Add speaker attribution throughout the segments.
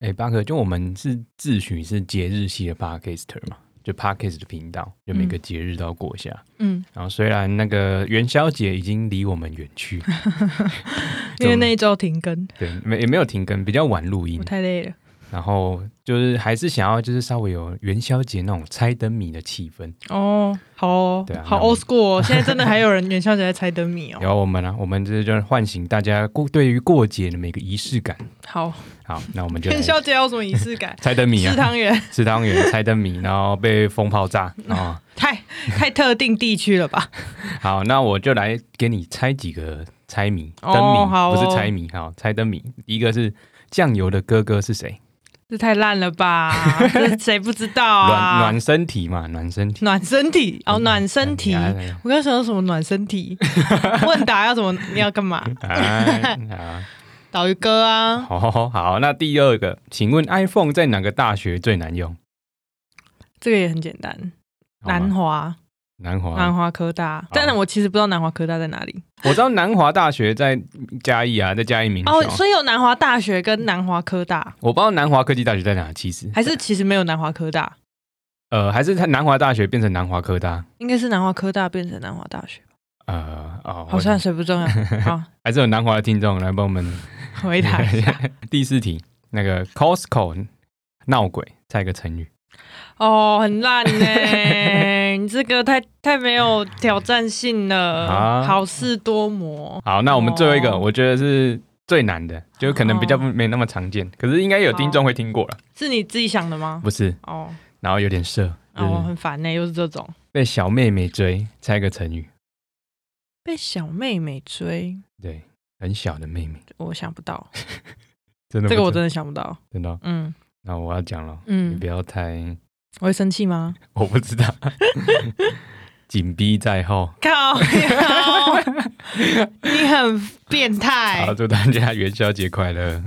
Speaker 1: 哎、巴克，就我们是自诩是节日系的 podcaster 嘛，就 podcast 的频道，就每个节日都要过一下。
Speaker 2: 嗯，
Speaker 1: 然后虽然那个元宵节已经离我们远去，
Speaker 2: 因为那一周停更，
Speaker 1: 对，没也没有停更，比较晚录音
Speaker 2: 我，太累了。
Speaker 1: 然后就是还是想要就是稍微有元宵节那种猜灯谜的气氛。
Speaker 2: 哦，好哦
Speaker 1: 对啊
Speaker 2: 好
Speaker 1: 那我
Speaker 2: old school，、哦、现在真的还有人元宵节在猜灯谜哦。
Speaker 1: 然后我们啊呢、我们这就是唤醒大家过对于过节的每个仪式感。
Speaker 2: 好，
Speaker 1: 好，那我们就来？
Speaker 2: 元宵节有什么仪式感
Speaker 1: 猜灯谜
Speaker 2: 吃
Speaker 1: 啊，
Speaker 2: 汤圆
Speaker 1: 吃汤圆、猜灯谜，然后被风炮 炸啊。
Speaker 2: 太太特定地区 了吧？
Speaker 1: 好，那我就来给你猜几个猜谜，灯
Speaker 2: 哦
Speaker 1: 谜、
Speaker 2: 好哦
Speaker 1: 不是猜谜，好，猜灯谜。第一个是酱油的哥哥是谁？
Speaker 2: 这太烂 了吧？这谁不知道
Speaker 1: 暖
Speaker 2: 啊？
Speaker 1: 暖身体嘛，暖身体。
Speaker 2: 暖身体哦，暖身体。
Speaker 1: 哎呀
Speaker 2: 我刚想到什么暖 身体？问答要怎么？你要干嘛？
Speaker 1: 哎呀
Speaker 2: 岛屿哥啊，
Speaker 1: 好好好，那第二个，请问 iPhone 在哪个大学最难用？
Speaker 2: 这个也很简单。
Speaker 1: 好吗
Speaker 2: 南华，
Speaker 1: 南华，
Speaker 2: 南华科大，但是我其实不知道南华科大在哪里。
Speaker 1: 我知道南华大学在嘉义啊，在嘉义名校。
Speaker 2: 哦，所以有南华大学跟南华科大，
Speaker 1: 我不知道南华科技大学在哪，其实
Speaker 2: 还是其实没有南华科大，
Speaker 1: 呃，还是它南华大学变成南华科大，
Speaker 2: 应该是南华科大变成南华大学，
Speaker 1: 呃，哦，
Speaker 2: 好像谁 不重要。好，
Speaker 1: 还是有南华的听众来帮我们
Speaker 2: 回答一 下。
Speaker 1: 第四题，那个 Costco 闹鬼，猜一个成语。
Speaker 2: 哦，很烂呢、 你这个太太没有挑战性了，
Speaker 1: 啊
Speaker 2: 好事多磨。
Speaker 1: 好，那我们最后一个，
Speaker 2: 哦
Speaker 1: 我觉得是最难的，就可能比较
Speaker 2: 哦
Speaker 1: 没那么常见，可是应该有听众会听过了，
Speaker 2: 是你自己想的吗？
Speaker 1: 不是？
Speaker 2: 哦，
Speaker 1: 然后有点色，就是
Speaker 2: 哦，很烦呢、又是这种
Speaker 1: 被小妹妹追，猜一个成语。
Speaker 2: 被小妹妹追，
Speaker 1: 对，很小的妹妹，
Speaker 2: 我想不到，
Speaker 1: 真的不
Speaker 2: 这个我
Speaker 1: 错
Speaker 2: 真的想不到。
Speaker 1: 真的哦。
Speaker 2: 嗯
Speaker 1: 那我要讲了，你
Speaker 2: 嗯
Speaker 1: 不，要猜，
Speaker 2: 我会生气吗？
Speaker 1: 我不知道。 紧逼在后，
Speaker 2: 靠腰，你很变态
Speaker 1: 好，。祝大家元宵节快乐。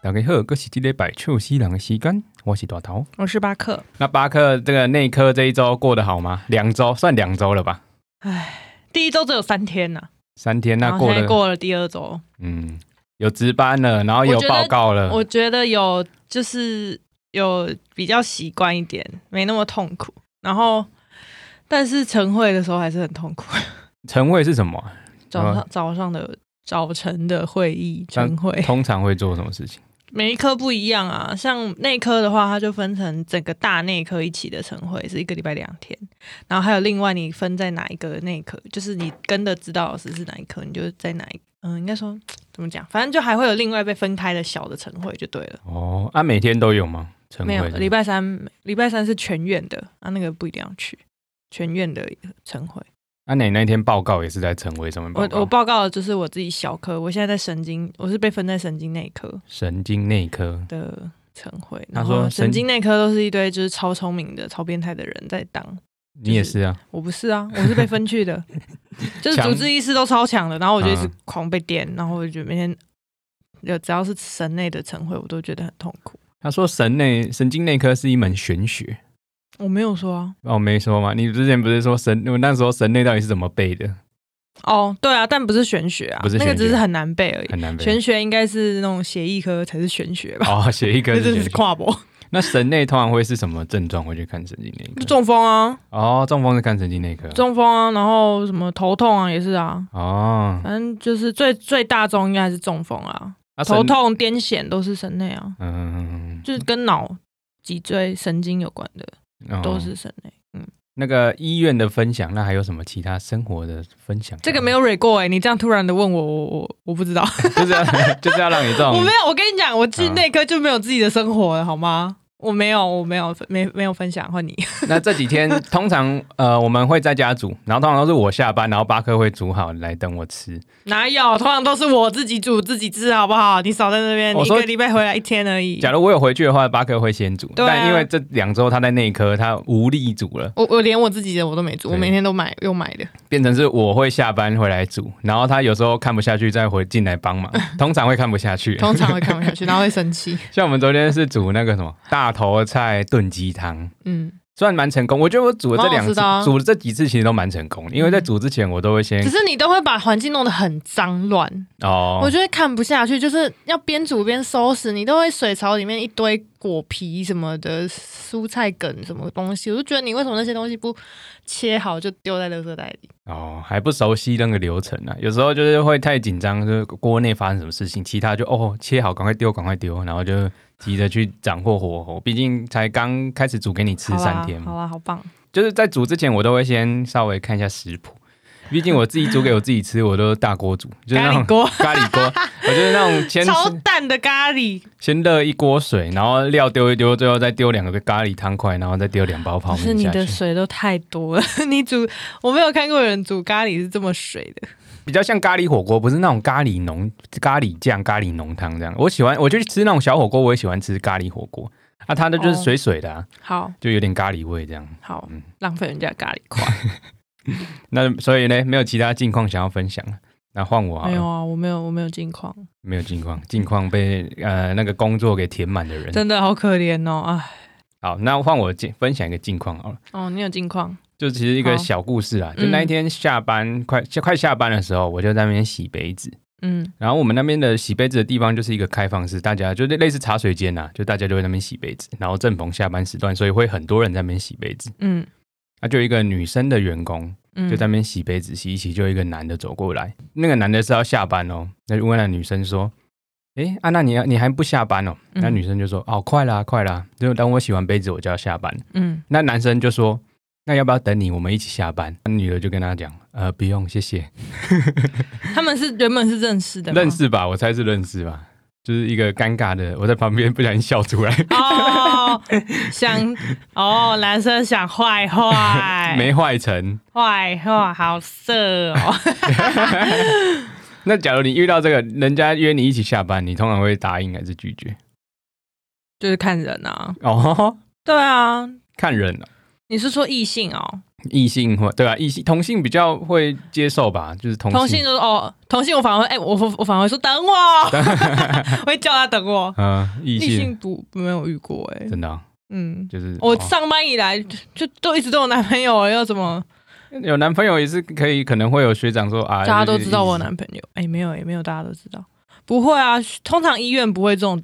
Speaker 1: 大家好，我是今日百秋西人的时间，我是大头。
Speaker 2: 我是巴克，
Speaker 1: 那巴克这个内科这一周过得好吗？两周算两周了吧？
Speaker 2: 第一周只有三天啊呐、
Speaker 1: 三天
Speaker 2: 然
Speaker 1: 那
Speaker 2: 后
Speaker 1: 过
Speaker 2: 现在
Speaker 1: 了，
Speaker 2: 过了第二周，
Speaker 1: 嗯，有值班了，然后也有
Speaker 2: 我觉得
Speaker 1: 报告了，
Speaker 2: 我觉得有就是有比较习惯一点，没那么痛苦。然后，但是晨会的时候还是很痛苦，
Speaker 1: 晨会是什么啊？
Speaker 2: 早上、早上的早晨的会议晨会，
Speaker 1: 通常会做什么事情？
Speaker 2: 每一科不一样啊。像内科的话，它就分成整个大内科一起的晨会是一个礼拜两天，然后还有另外你分在哪一个内科，就是你跟的指导老师是哪一科，你就在哪一嗯、应该说怎么讲，反正就还会有另外被分开的小的晨会就对了。
Speaker 1: 哦，啊，每天都有吗？晨
Speaker 2: 没
Speaker 1: 会
Speaker 2: 有，
Speaker 1: 是吗
Speaker 2: 礼拜三礼拜三是全院的，啊，那个不一定要去。全院的晨会，
Speaker 1: 啊，那你那天报告也是在晨会上面报
Speaker 2: 我
Speaker 1: 告？
Speaker 2: 我报告的就是我自己小科，我现在在神经，我是被分在神经内科
Speaker 1: 神经内科，
Speaker 2: 的晨会。
Speaker 1: 他
Speaker 2: 然
Speaker 1: 说
Speaker 2: 后
Speaker 1: 神
Speaker 2: 神经内科都是一堆就是超聪明的、超变态的人在当，
Speaker 1: 你也是啊，
Speaker 2: 我不是 啊，我是被分去的，就是主治医师都超强的，然后我就一直
Speaker 1: 嗯
Speaker 2: 狂被电，然后我就觉得每天有只要是神内的晨会，我都觉得很痛苦。
Speaker 1: 他说神内神经内科是一门玄学，
Speaker 2: 我没有说啊，
Speaker 1: 哦，没说吗？你之前不是说神，我那时候神内到底是怎么背的？
Speaker 2: 哦，对啊，但不是玄学啊，
Speaker 1: 不是
Speaker 2: 那
Speaker 1: 玄学
Speaker 2: 个只是很难背而已。
Speaker 1: 很难背。
Speaker 2: 玄学应该是那种协议科才是玄学吧？
Speaker 1: 哦，写一个
Speaker 2: 这
Speaker 1: 是
Speaker 2: 真
Speaker 1: 玄
Speaker 2: 是
Speaker 1: 学。
Speaker 2: 跨博，
Speaker 1: 那神内通常会是什么症状？会去看神经内科？
Speaker 2: 中风啊，
Speaker 1: 哦，中风是看神经内科。
Speaker 2: 中风啊，然后什么头痛啊，也是啊，
Speaker 1: 哦，
Speaker 2: 反正就是最最大宗应该还是中风啊，
Speaker 1: 啊
Speaker 2: 头。
Speaker 1: 神
Speaker 2: 痛、癫痫都是神内啊，
Speaker 1: 嗯，
Speaker 2: 就是跟脑、脊椎、神经有关的
Speaker 1: 哦
Speaker 2: 都是神内。嗯，
Speaker 1: 那个医院的分享，那还有什么其他生活的分享？
Speaker 2: 这个没有蕊过哎、你这样突然的问我，我我我不知道，
Speaker 1: 就是要就是要让你这种
Speaker 2: 我没有，我跟你讲，我进
Speaker 1: 啊
Speaker 2: 内科就没有自己的生活了，好吗？我没有，我没有，没没有分享，换你。
Speaker 1: 那这几天通常呃我们会在家煮，然后通常都是我下班，然后巴克会煮好来等我吃。
Speaker 2: 哪有？通常都是我自己煮自己吃，好不好？你少在那边，你
Speaker 1: 我
Speaker 2: 一
Speaker 1: 说
Speaker 2: 个礼拜回来一天而已。
Speaker 1: 假如我有回去的话，巴克会先煮，
Speaker 2: 对啊
Speaker 1: 但因为这两周他在内科，他无力煮了，
Speaker 2: 我我连我自己的我都没煮，我
Speaker 1: 对
Speaker 2: 每天都买用买的。
Speaker 1: 变成是我会下班回来煮，然后他有时候看不下去再回进来帮 忙，通常会看不下去。
Speaker 2: 通常会看不下去，然后会生 气。
Speaker 1: 像我们昨天是煮那个什么大头菜炖鸡汤，
Speaker 2: 嗯，
Speaker 1: 算蛮成功。我觉得我煮了这两
Speaker 2: 蛮好吃
Speaker 1: 次，
Speaker 2: 的啊
Speaker 1: 煮了这几次其实都蛮成功的，因为在煮之前我都会先
Speaker 2: 只是你都会把环境弄得很脏乱，我
Speaker 1: 哦，
Speaker 2: 觉得看不下去，就是要边煮边收拾，你都会水槽里面一堆果皮什么的、蔬菜梗什么东西，我就觉得你为什么那些东西不切好就丢在垃圾袋里？
Speaker 1: 哦还不熟悉那个流程啊，有时候就是会太紧张，就是锅内发生什么事情，其他就哦切好赶快丢赶快丢，然后就急着去掌握火候，毕竟才刚开始煮给你吃三天嘛。
Speaker 2: 好啦，好棒，
Speaker 1: 就是在煮之前，我都会先稍微看一下食谱。毕竟我自己煮给我自己吃，我都是大锅煮，就是那
Speaker 2: 咖
Speaker 1: 种
Speaker 2: 喱锅
Speaker 1: 咖喱锅，我就是那 种先
Speaker 2: 超淡的咖喱，
Speaker 1: 先热一锅水，然后料丢一丢，最后再丢两个咖喱汤块，然后再丢两包泡
Speaker 2: 不是
Speaker 1: 面
Speaker 2: 你
Speaker 1: 下
Speaker 2: 的
Speaker 1: 去，
Speaker 2: 水都太多了， 你煮我没有看过有人煮咖喱是这么水的，
Speaker 1: 比较像咖喱火锅，不是那种咖喱浓、咖喱酱、咖喱浓汤这样。我喜欢，我就去吃那种小火锅，我也喜欢吃咖喱火锅。啊，它的就是
Speaker 2: 哦
Speaker 1: 水水的、啊，
Speaker 2: 好
Speaker 1: 就有点咖喱味这样。
Speaker 2: 好
Speaker 1: 嗯
Speaker 2: 浪费人家咖喱块。
Speaker 1: 那所以呢，没有其他近况想要分享了，那换我好
Speaker 2: 没有
Speaker 1: 了。
Speaker 2: 啊，我没有，我没有近况，
Speaker 1: 没有近况，近况被呃那个工作给填满的人，
Speaker 2: 真的好可怜哦，哎，
Speaker 1: 好，那换我近分享一个近况好了，
Speaker 2: 哦，你有近况，
Speaker 1: 就其实一个
Speaker 2: 好
Speaker 1: 小故事啊。
Speaker 2: 嗯
Speaker 1: 就那一天下班、快下快下班的时候，我就在那边洗杯子。
Speaker 2: 嗯
Speaker 1: 然后我们那边的洗杯子的地方就是一个开放式，大家就类类似茶水间呐、啊，就大家就会在那边洗杯子。然后正逢下班时段，所以会很多人在那边洗杯子。
Speaker 2: 嗯
Speaker 1: 啊，就有一个女生的员工
Speaker 2: 嗯，
Speaker 1: 就在那边洗杯子，洗一洗，就有一个男的走过来。那个男的是要下班哦，那就问那女生说：“诶，安、娜，你要你还不下班哦？”
Speaker 2: 嗯
Speaker 1: 那女生就说：“哦，快啦，快啦，就等我洗完杯子我就要下班。”
Speaker 2: 嗯，
Speaker 1: 那男生就说：“那要不要等你，我们一起下班？”那女的就跟他讲：“呃，不用，谢谢。
Speaker 2: 他们是原本是认识的吗，
Speaker 1: 认识吧，我猜是认识吧。”就是一个尴尬的，我在旁边不小心笑出来，
Speaker 2: 哦，想哦，男生想坏坏，
Speaker 1: 没坏成。
Speaker 2: 坏坏，好色哦，
Speaker 1: 那假如你遇到这个人家约你一起下班，你通常会答应还是拒绝？
Speaker 2: 就是看人啊，
Speaker 1: 哦，
Speaker 2: 对啊，
Speaker 1: 看人了、
Speaker 2: 你是说异性哦，
Speaker 1: 异性或对吧、异性同性比较会接受吧，就是同性。
Speaker 2: 同性就是哦，同性我反而会哎，我我我反而会说等 我，我会叫他等我，
Speaker 1: 嗯，异
Speaker 2: 异
Speaker 1: 性
Speaker 2: 性不没有遇过哎，
Speaker 1: 真的哦、
Speaker 2: 嗯。
Speaker 1: 就是
Speaker 2: 我
Speaker 1: 哦
Speaker 2: 上班以来就就都一直都有男朋友，要怎么？
Speaker 1: 有男朋友也是可以，可能会有学长说啊，
Speaker 2: 大家都知道我有
Speaker 1: 呢。
Speaker 2: 男朋友，哎、没有，也没有，大家都知道。不会啊，通常医院不会这种，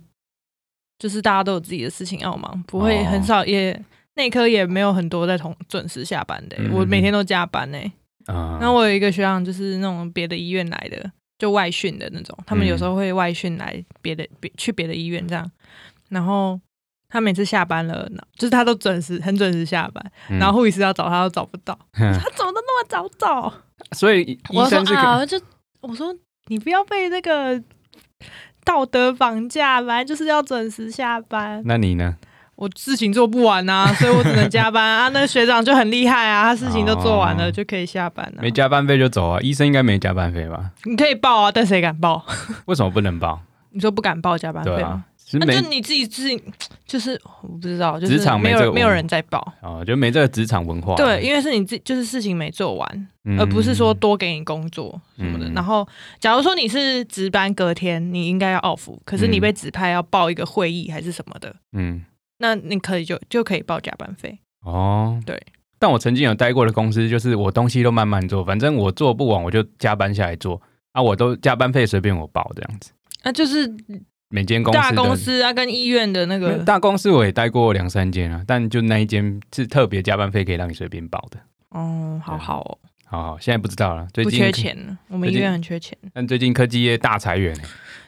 Speaker 2: 就是大家都有自己的事情要忙，不会
Speaker 1: 哦
Speaker 2: 很少也内科也没有很多在同准时下班的、
Speaker 1: 嗯
Speaker 2: 我每天都加班哎呢、
Speaker 1: 啊，
Speaker 2: 然后我有一个学长，就是那种别的医院来的，就外训的那种，他们有时候会外训来别的别去别的医院这样，然后。他每次下班了，就是他都准时，很准时下班，
Speaker 1: 嗯
Speaker 2: 然后护理师要找他都找不 到，
Speaker 1: 哼
Speaker 2: 他怎么都那么早找？
Speaker 1: 所以医
Speaker 2: 我
Speaker 1: 生
Speaker 2: 说
Speaker 1: 是可
Speaker 2: 啊，就我说你不要被那个道德绑架，反正就是要准时下班。
Speaker 1: 那你呢？
Speaker 2: 我事情做不完 啊，所以我只能加班啊。那个学长就很厉害啊，他事情都做完了、
Speaker 1: 哦
Speaker 2: 就可以下班了、
Speaker 1: 没加班费就走啊？医生应该没加班费吧？
Speaker 2: 你可以报啊，但谁敢报？
Speaker 1: 为什么不能报？
Speaker 2: 你说不敢报加班
Speaker 1: 对
Speaker 2: 费
Speaker 1: 啊
Speaker 2: 吗？，
Speaker 1: 是
Speaker 2: 那、
Speaker 1: 没
Speaker 2: 就你自己自己，就是我不知道，就
Speaker 1: 职场
Speaker 2: 是
Speaker 1: 没
Speaker 2: 没
Speaker 1: 这个
Speaker 2: 有没有
Speaker 1: 文
Speaker 2: 人在报。
Speaker 1: 哦，就没这个职场文化。
Speaker 2: 对，因为是你自就是事情没做完，
Speaker 1: 嗯
Speaker 2: 而不是说多给你工作什么的。
Speaker 1: 嗯
Speaker 2: 然后，假如说你是值班，隔天你应该要 off，可是
Speaker 1: 嗯
Speaker 2: 你被指派要报一个会议还是什么的，
Speaker 1: 嗯
Speaker 2: 那你可以就就可以报加班费。
Speaker 1: 哦
Speaker 2: 对。
Speaker 1: 但我曾经有待过的公司，就是我东西都慢慢做，反正我做不完我就加班下来做啊，我都加班费随便我报这样子。
Speaker 2: 那就是
Speaker 1: 每间公司
Speaker 2: 大
Speaker 1: 的
Speaker 2: 公司啊，跟医院的那
Speaker 1: 没有
Speaker 2: 个
Speaker 1: 大公司我也待过两三间啊，但就那一间是特别加班费可以让你随便报的。
Speaker 2: 哦，好好哦，
Speaker 1: 好好，现在不知道了，最
Speaker 2: 不
Speaker 1: 近
Speaker 2: 缺，钱呢，我们
Speaker 1: 最
Speaker 2: 医
Speaker 1: 近
Speaker 2: 院很缺钱。
Speaker 1: 但最近科技业大裁员欸、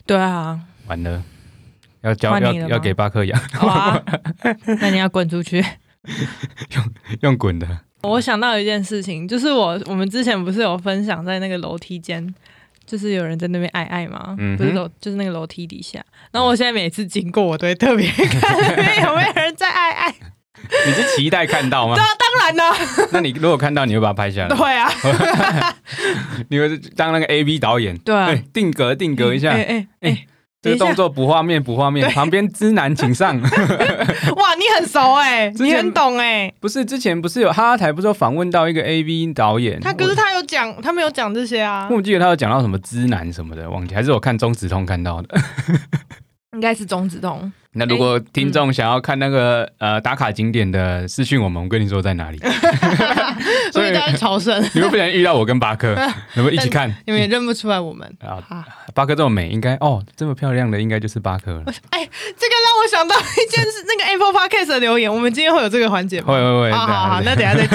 Speaker 2: 对啊，
Speaker 1: 完了，要交
Speaker 2: 换
Speaker 1: 要
Speaker 2: 你了吗
Speaker 1: 要给巴克养，
Speaker 2: 好啊，那你要滚出去。
Speaker 1: 用滚的。
Speaker 2: 我想到一件事情，就是我我们之前不是有分享在那个楼梯间就是有人在那边爱爱嘛，
Speaker 1: 嗯哼
Speaker 2: 不是楼就是那个楼梯底下。然后我现在每次经过，我都会特别 看那边有没有人在爱爱。
Speaker 1: 你是期待看到吗
Speaker 2: 对？啊，当然啦，
Speaker 1: 那你如果看到，你会把它拍下来，
Speaker 2: 对啊，
Speaker 1: 你会当那个 A B 导演，
Speaker 2: 对啊
Speaker 1: 哎，定格定格一下
Speaker 2: 哎，哎哎
Speaker 1: 哎，这个动作补画面补画面，旁边知男请上。
Speaker 2: 哇，你很熟哎，
Speaker 1: 之前
Speaker 2: 你很懂哎。
Speaker 1: 不是之前不是有哈哈台不是有访问到一个 A V 导演，
Speaker 2: 他可是他有讲，他没有讲这些啊
Speaker 1: 我，我记得他有讲到什么知男什么的，忘记还是我看中子通看到的。
Speaker 2: 应该是中子通。
Speaker 1: 那如
Speaker 2: 哎
Speaker 1: 果
Speaker 2: 嗯
Speaker 1: 听众想要看那个、呃打卡景点的私讯，我们我跟你说在哪 里， 所以
Speaker 2: 所以大家朝圣，
Speaker 1: 你会不能遇到我跟巴 克，能不能一起看？
Speaker 2: 你们也认不出来我们。
Speaker 1: 啊，
Speaker 2: 啊，
Speaker 1: 巴克这么美，应该哦，这么漂亮的应该就是巴克了。
Speaker 2: 这个让我想到一件事，那个 Apple Podcast 的留言，我们今天会有这个环节吗？
Speaker 1: 会会会，
Speaker 2: 哦好好好，
Speaker 1: 对
Speaker 2: 那
Speaker 1: 啊
Speaker 2: 等一下再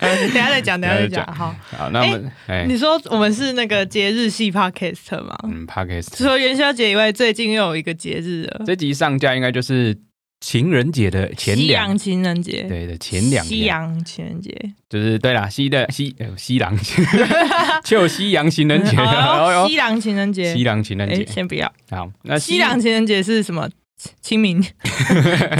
Speaker 2: 等一下再讲，等一 下
Speaker 1: 等
Speaker 2: 再
Speaker 1: 一下再
Speaker 2: 讲。好，
Speaker 1: 好，那我们哎、
Speaker 2: 你说我们是那个节日系 podcast 吗？
Speaker 1: 嗯 p a k e s
Speaker 2: 除了元宵节以外，最近又有一个节日 了，
Speaker 1: 这集上架应该就是情人节的前
Speaker 2: 西
Speaker 1: 两
Speaker 2: 洋，情人节，
Speaker 1: 对对，前两
Speaker 2: 西
Speaker 1: 天。
Speaker 2: 洋情人节，
Speaker 1: 就是对啦，西的西呃西 郎，就西洋情人节，
Speaker 2: 哦
Speaker 1: 哎呦
Speaker 2: 西洋情人节
Speaker 1: 西，洋情人
Speaker 2: 哎，
Speaker 1: 节。啊
Speaker 2: 先不要，
Speaker 1: 好，那
Speaker 2: 西洋情人节是什么？清明，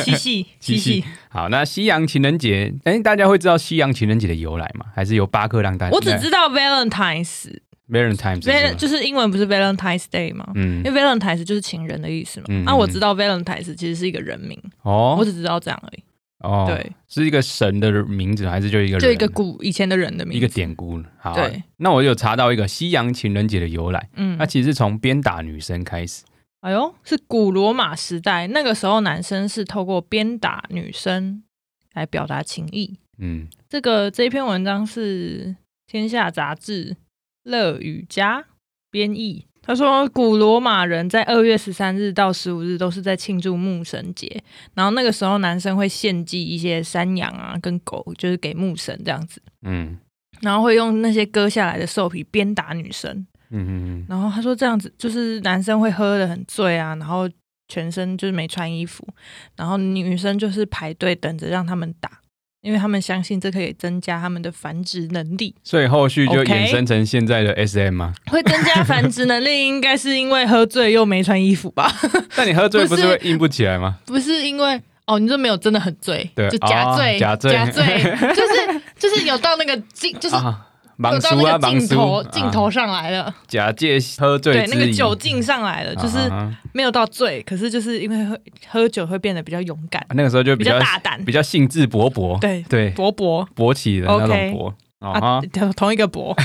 Speaker 2: 七夕，
Speaker 1: 七
Speaker 2: 七
Speaker 1: 夕
Speaker 2: 夕。
Speaker 1: 好，那西洋情人节，哎，大家会知道西洋情人节的由来吗？还是由巴克让大家？
Speaker 2: 我只知道 Valentine's，
Speaker 1: Valentine
Speaker 2: v a l
Speaker 1: 哎是吗
Speaker 2: 就是英文不是 Valentine's Day 吗？
Speaker 1: 嗯
Speaker 2: 因为 Valentine's 就是情人的意思嘛。
Speaker 1: 嗯
Speaker 2: 啊，我
Speaker 1: 嗯
Speaker 2: 知道 Valentine's 其实是一个人名，我
Speaker 1: 哦
Speaker 2: 只知道这样而已。
Speaker 1: 哦，，
Speaker 2: 对，
Speaker 1: 是一个神的名字还是就一个
Speaker 2: 就一
Speaker 1: 人
Speaker 2: 个古以前的人的名字，
Speaker 1: 一个典故？好，啊
Speaker 2: 对，
Speaker 1: 那我有查到一个西洋情人节的由来，
Speaker 2: 嗯
Speaker 1: 那，其实是从鞭打女生开始。
Speaker 2: 哎呦，是古罗马时代，那个时候男生是透过鞭打女生来表达情意。
Speaker 1: 嗯，
Speaker 2: 这个这一篇文章是《天下》杂志乐与家编译。他说，古罗马人在二月十三日到十五日都是在庆祝牧神节，然后那个时候男生会献祭一些山羊啊跟狗，就是给牧神这样子，
Speaker 1: 嗯
Speaker 2: 然后会用那些割下来的兽皮鞭打女生。
Speaker 1: 嗯嗯
Speaker 2: 然后他说这样子就是男生会喝的很醉啊，然后全身就是没穿衣服，然后女生就是排队等着让他们打，因为他们相信这可以增加他们的繁殖能力，
Speaker 1: 所以后续就
Speaker 2: OK
Speaker 1: 衍生成现在的 SM 吗？
Speaker 2: 会增加繁殖能力，应该是因为喝醉又没穿衣服吧？
Speaker 1: 但你喝醉
Speaker 2: 不
Speaker 1: 不
Speaker 2: 是
Speaker 1: 是会硬不起来吗？
Speaker 2: 不是因为。哦，你说没有真的很醉，
Speaker 1: 对
Speaker 2: 就啊假醉，
Speaker 1: 哦假醉
Speaker 2: 假 醉，就是就是有到那个尽，就是
Speaker 1: 啊，
Speaker 2: 有
Speaker 1: 忙
Speaker 2: 到
Speaker 1: 叔
Speaker 2: 那
Speaker 1: 啊，
Speaker 2: 个
Speaker 1: 忙
Speaker 2: 镜头
Speaker 1: 叔，
Speaker 2: 镜头上来了，
Speaker 1: 假借喝醉
Speaker 2: 对，
Speaker 1: 之
Speaker 2: 那个
Speaker 1: 意
Speaker 2: 酒劲上来了，就是
Speaker 1: 啊啊
Speaker 2: 没有到醉，可是就是因为喝喝酒会变得比较勇敢
Speaker 1: 啊，那个时候就
Speaker 2: 比
Speaker 1: 比
Speaker 2: 较
Speaker 1: 较
Speaker 2: 大胆，
Speaker 1: 比较兴致勃勃，
Speaker 2: 对
Speaker 1: 对，
Speaker 2: 勃勃
Speaker 1: 勃起的那种
Speaker 2: OK
Speaker 1: 勃啊
Speaker 2: 啊，，同一 个勃。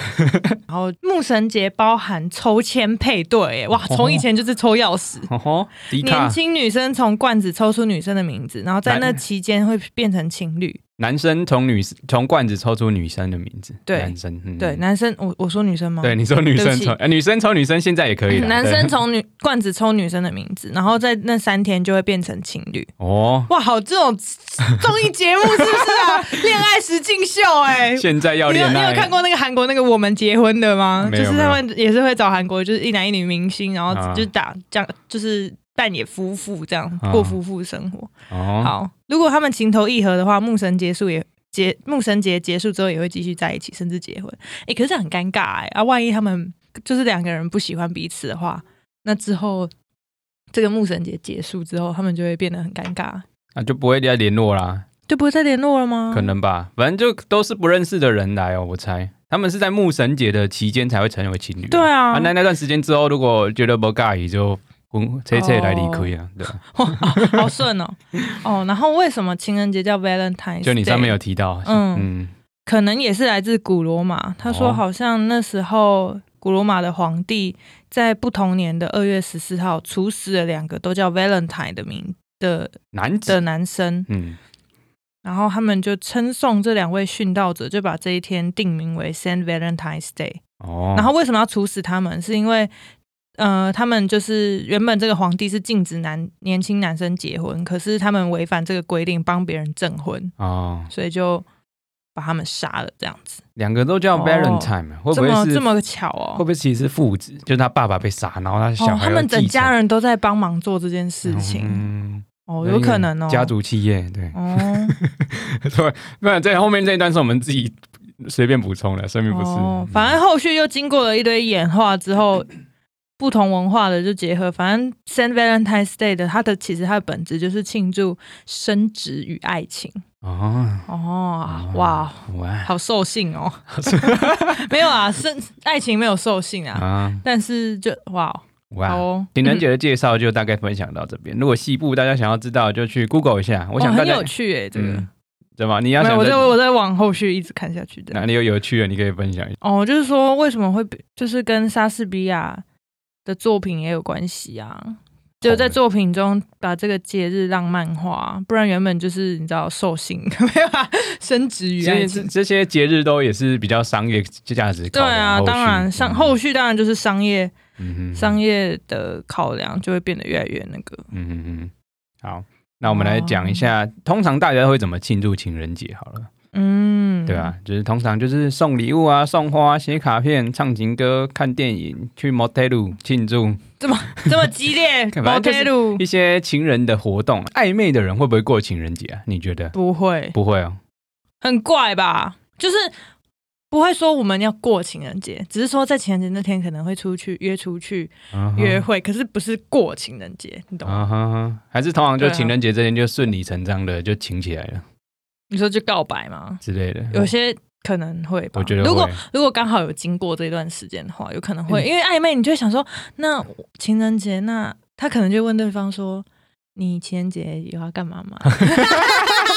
Speaker 2: 然后牧神节包含抽签配对，哎哇，从以前就是抽钥匙。
Speaker 1: 吼哦吼，迪
Speaker 2: 年
Speaker 1: 哦卡
Speaker 2: 轻女生从罐子抽出女生的名字，然后在那
Speaker 1: 男
Speaker 2: 期间会变成情侣。
Speaker 1: 男生从女从罐子抽出女生的名字，
Speaker 2: 对
Speaker 1: 男生，嗯
Speaker 2: 对，，男生，我我说女生吗？
Speaker 1: 对，你说女
Speaker 2: 对
Speaker 1: 生
Speaker 2: 不起
Speaker 1: 抽，呃女生抽女生现在也可以啦，
Speaker 2: 男生
Speaker 1: 对
Speaker 2: 从女罐子抽女生的名字，然后在那三天就会变成情侣。
Speaker 1: 哦，
Speaker 2: 哇，好，这种综艺节目是不 是啊？恋爱实境秀、哎，
Speaker 1: 现在要
Speaker 2: 你有
Speaker 1: 恋
Speaker 2: 你有
Speaker 1: 爱，
Speaker 2: 看过那个韩国那个《我们结婚》的吗？
Speaker 1: 没
Speaker 2: 就
Speaker 1: 有
Speaker 2: 是他们也是会找韩国就是一男一女明星，然后
Speaker 1: 啊
Speaker 2: 就打这样，就是扮演夫妇这样
Speaker 1: 啊
Speaker 2: 过夫妇生活。
Speaker 1: 哦，
Speaker 2: 好，如果他们情投意合的话，木神结束也结木神节结束之后也会继续在一起，甚至结婚。哎、可是这样很尴尬哎、啊！万一他们就是两个人不喜欢彼此的话，那之后这个木神节结束之后，他们就会变得很尴尬，
Speaker 1: 那就不会再联络啦，
Speaker 2: 就不会再联络了吗？
Speaker 1: 可能吧，反正就都是不认识的人来哦，我猜他们是在木神节的期间才会成为情侣，
Speaker 2: 对啊，
Speaker 1: 啊，那那段时间之后，如果觉得不尬意，就混切切来理亏啊，对吧，
Speaker 2: 好顺哦，哦，然后为什么情人节叫 Valentine？
Speaker 1: 就你上面有提到，
Speaker 2: 嗯
Speaker 1: 嗯
Speaker 2: 可能也是来自古罗马。他说，
Speaker 1: 哦
Speaker 2: 好像那时候古罗马的皇帝在不同年的二月十四号处死了两个都叫 Valentine 的名的
Speaker 1: 男子，
Speaker 2: 的男生，
Speaker 1: 嗯，
Speaker 2: 然后他们就称颂这两位殉道者，就把这一天定名为 Saint Valentine's Day。
Speaker 1: 哦，
Speaker 2: 然后为什么要处死他们？是因为呃，他们就是原本这个皇帝是禁止男年轻男生结婚，可是他们违反这个规定，帮别人证婚，
Speaker 1: 哦，
Speaker 2: 所以就把他们杀了。这样子，
Speaker 1: 两个都叫
Speaker 2: 哦
Speaker 1: Valentine，、会不会
Speaker 2: 这么
Speaker 1: 是
Speaker 2: 这么巧
Speaker 1: 会不
Speaker 2: 哦？
Speaker 1: 会其实是父子，就是他爸爸被杀，然后他小
Speaker 2: 哦，
Speaker 1: 孩、
Speaker 2: 他们整家人都在帮忙做这件事情，
Speaker 1: 嗯，
Speaker 2: 哦，有可能 哦，
Speaker 1: 家族企业对，
Speaker 2: 哦，
Speaker 1: 不然在后面这一段是我们自己随便补充了，生命不是。嗯
Speaker 2: 哦，反正后续又经过了一堆演化之后，不同文化的就结合。反正 Saint Valentine's Day 的它的其实它的本质就是庆祝生殖与爱情。
Speaker 1: 哦，
Speaker 2: 哦，哇，
Speaker 1: 哇
Speaker 2: 好兽 性哦！没有啊，生爱情没有兽性啊，
Speaker 1: 啊
Speaker 2: 但是就哇，好
Speaker 1: 哇！
Speaker 2: 哦，
Speaker 1: 情人节的介绍就大概分享到这边。如果细部大家想要知道，就去 Google 一下。我
Speaker 2: 我
Speaker 1: 想大
Speaker 2: 很
Speaker 1: 家
Speaker 2: 有趣哎，这个。
Speaker 1: 嗯，对吗？你要
Speaker 2: 没有，
Speaker 1: 想
Speaker 2: 我
Speaker 1: 在
Speaker 2: 在我在往后续一直看下去的。
Speaker 1: 哪里有有趣的，你可以分享一下。
Speaker 2: 哦，就是说为什么会比就是跟莎士比亚的作品也有关系啊？就在作品中把这个节日浪漫化，不然原本就是你知道兽性 没有啊，生殖
Speaker 1: 其
Speaker 2: 与
Speaker 1: 实这
Speaker 2: 爱情。
Speaker 1: 这些节日都也是比较商业价值
Speaker 2: 对
Speaker 1: 考量。
Speaker 2: 啊，
Speaker 1: 后续
Speaker 2: 当然商后续当然就是商业、
Speaker 1: 嗯哼
Speaker 2: 商业的考量就会变得越来越那个。
Speaker 1: 嗯哼嗯哼，好，那我们来讲
Speaker 2: 哦
Speaker 1: 一下，通常大家会怎么庆祝情人节？好了，
Speaker 2: 嗯，
Speaker 1: 对啊，就是通常就是送礼物啊，送花、写卡片、唱情歌、看电影、去 motel 庆祝
Speaker 2: 这么激烈
Speaker 1: 看
Speaker 2: ，motel、
Speaker 1: 反正一些情人的活动。暧昧的人会不会过情人节啊？你觉得？
Speaker 2: 不会，
Speaker 1: 不会哦，
Speaker 2: 很怪吧？就是不会说我们要过情人节，只是说在情人节那天可能会出去约出去
Speaker 1: 啊哈
Speaker 2: 约会，可是不是过情人节，你懂吗？
Speaker 1: 啊哈哈，还是通常就
Speaker 2: 对啊
Speaker 1: 情人节这天就顺理成章的就请起来了
Speaker 2: 你说就告白吗？
Speaker 1: 之类的。
Speaker 2: 有些可能会
Speaker 1: 哦
Speaker 2: 吧。
Speaker 1: 我觉得
Speaker 2: 如果
Speaker 1: 会
Speaker 2: 如果刚好有经过这段时间的话，有可能会，
Speaker 1: 嗯
Speaker 2: 因为暧昧，你就会想说，那情人节，那他可能就问对方说，你情人节有要干嘛吗？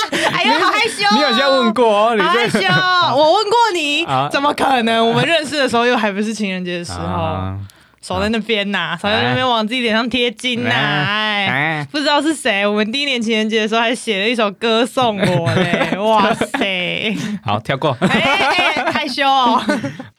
Speaker 2: 哎呀，好害羞哦、
Speaker 1: 你好像问过哦，你
Speaker 2: 好害
Speaker 1: 这
Speaker 2: 羞，哎我问过你，
Speaker 1: 啊
Speaker 2: 怎么可能？我们认识的时候又还不是情人节的时候，
Speaker 1: 啊
Speaker 2: 手在那边呐、手在那边往自己脸上贴金呐、哎、
Speaker 1: 哎
Speaker 2: 不知道是谁，我们第一年情人节的时候还写了一首歌送我 嘞，哇塞，
Speaker 1: 好跳过。
Speaker 2: 哎、哎害 羞哦，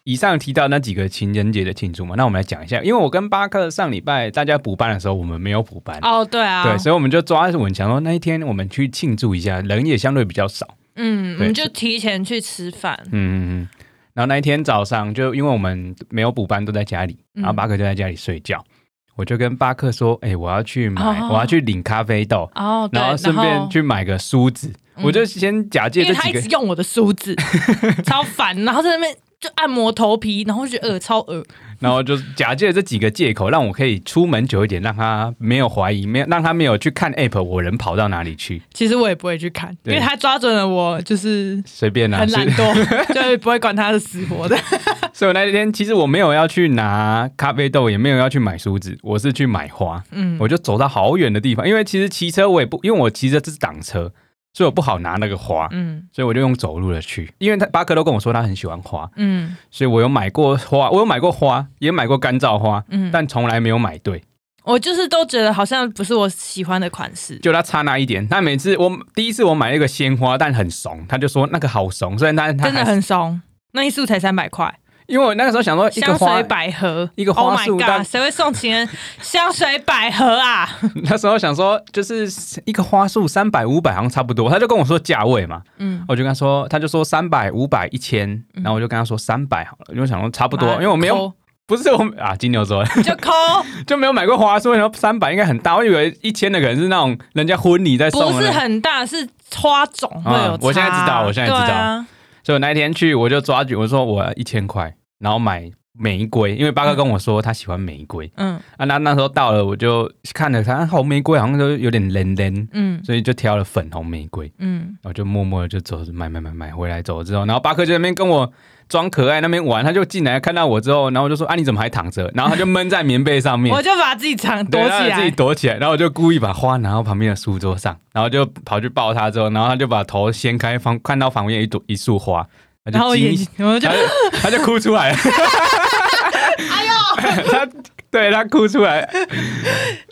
Speaker 1: 以上提到那几个情人节的庆祝嘛，那我们来讲一下，因为我跟巴克上礼拜大家补班的时候，我们没有补班，
Speaker 2: 哦对啊，
Speaker 1: 对，所以我们就抓稳强说那一天我们去庆祝一下，人也相对比较少，
Speaker 2: 嗯，我
Speaker 1: 对
Speaker 2: 们就提前去吃饭，
Speaker 1: 嗯嗯嗯。然后那一天早上就因为我们没有补班，都在家里，
Speaker 2: 嗯
Speaker 1: 然后巴克就在家里睡觉，我就跟巴克说，哎、我要去买，
Speaker 2: 哦
Speaker 1: 我要去领咖啡豆。
Speaker 2: 哦对，
Speaker 1: 然后顺便，去买个梳子，
Speaker 2: 嗯
Speaker 1: 我就先假借
Speaker 2: 因
Speaker 1: 这
Speaker 2: 为他
Speaker 1: 几
Speaker 2: 一
Speaker 1: 个
Speaker 2: 直用我的梳子， 超烦，然后在那边就按摩头皮，然后就觉得呃超恶
Speaker 1: 然后就假借这几个借口，让我可以出门久一点，让他没有怀疑，没有让他没有去看 app，我人跑到哪里去，
Speaker 2: 其实我也不会去看，因
Speaker 1: 对
Speaker 2: 为他抓准了我，就是
Speaker 1: 随便啦、
Speaker 2: 很懒
Speaker 1: 所以，
Speaker 2: 惰， 就是不会管他的死活的。
Speaker 1: 所以我那天其实我没有要去拿咖啡豆，也没有要去买梳子，我是去买花。
Speaker 2: 嗯，
Speaker 1: 我就走到好远的地方，因为其实骑车我也不，因为我骑着这是挡车，所以我不好拿那个花，
Speaker 2: 嗯
Speaker 1: 所以我就用走路的去。因为他巴克都跟我说他很喜欢花，
Speaker 2: 嗯
Speaker 1: 所以我有买过花，我有买过花，也买过干燥花，
Speaker 2: 嗯，
Speaker 1: 但从来没有买对。
Speaker 2: 我就是都觉得好像不是我喜欢的款式。
Speaker 1: 就他差那一点。他每次我第一次我买了一个鲜花，但很怂，他就说那个好怂。虽然他他
Speaker 2: 真的
Speaker 1: 还是
Speaker 2: 很怂，那一束才三百块，
Speaker 1: 因为我那个时候想说一个
Speaker 2: 香
Speaker 1: 花
Speaker 2: 水，百合，
Speaker 1: 一个
Speaker 2: Oh
Speaker 1: 花束
Speaker 2: my
Speaker 1: 但
Speaker 2: god，谁会送情 人香水百合啊？
Speaker 1: 那时候想说就是一个花束三百五百好像差不多，他就跟我说价位嘛，
Speaker 2: 嗯，
Speaker 1: 我就跟他说，他就说三百五百一千，然后我就跟他说三百好了，因为我想说差不
Speaker 2: 啊
Speaker 1: 多，因为我没有不是我啊金牛座
Speaker 2: 你就哎抠，
Speaker 1: 就没有买过花束，然后三百应该很大，我以为一千的可能是那种人家婚礼在送
Speaker 2: 不
Speaker 1: 的
Speaker 2: 是
Speaker 1: 那种，
Speaker 2: 很大，是花种会有
Speaker 1: 嗯我现在知道
Speaker 2: 差
Speaker 1: 我现在知道
Speaker 2: 对啊
Speaker 1: 所以我那一天去，我就抓紧，我说我要一千块，然后买玫瑰，因为巴克跟我说他喜欢玫瑰、
Speaker 2: 嗯
Speaker 1: 啊。那那时候到了，我就看了他红玫瑰，好像都有点冷冷，
Speaker 2: 嗯
Speaker 1: 所以就挑了粉红玫瑰，
Speaker 2: 嗯，
Speaker 1: 然后就默默的就走，买买买买回来走之后，然后巴克就在那边跟我装可爱那边玩，他就进来看到我之后，然后我就说啊你怎么还躺着？然后他就闷在棉被上面
Speaker 2: 我。就把自己藏躲
Speaker 1: 对
Speaker 2: 起
Speaker 1: 他就自己
Speaker 2: 来，
Speaker 1: 躲起来，然后我就故意把花拿到旁边的书桌上，然后就跑去抱他，之后，然后他就把头掀开，放看到旁边有一朵一束花，他就
Speaker 2: 然后我
Speaker 1: 惊
Speaker 2: 眼睛我就
Speaker 1: 他 就他就哭出来了。哎呦， 他对他哭出来，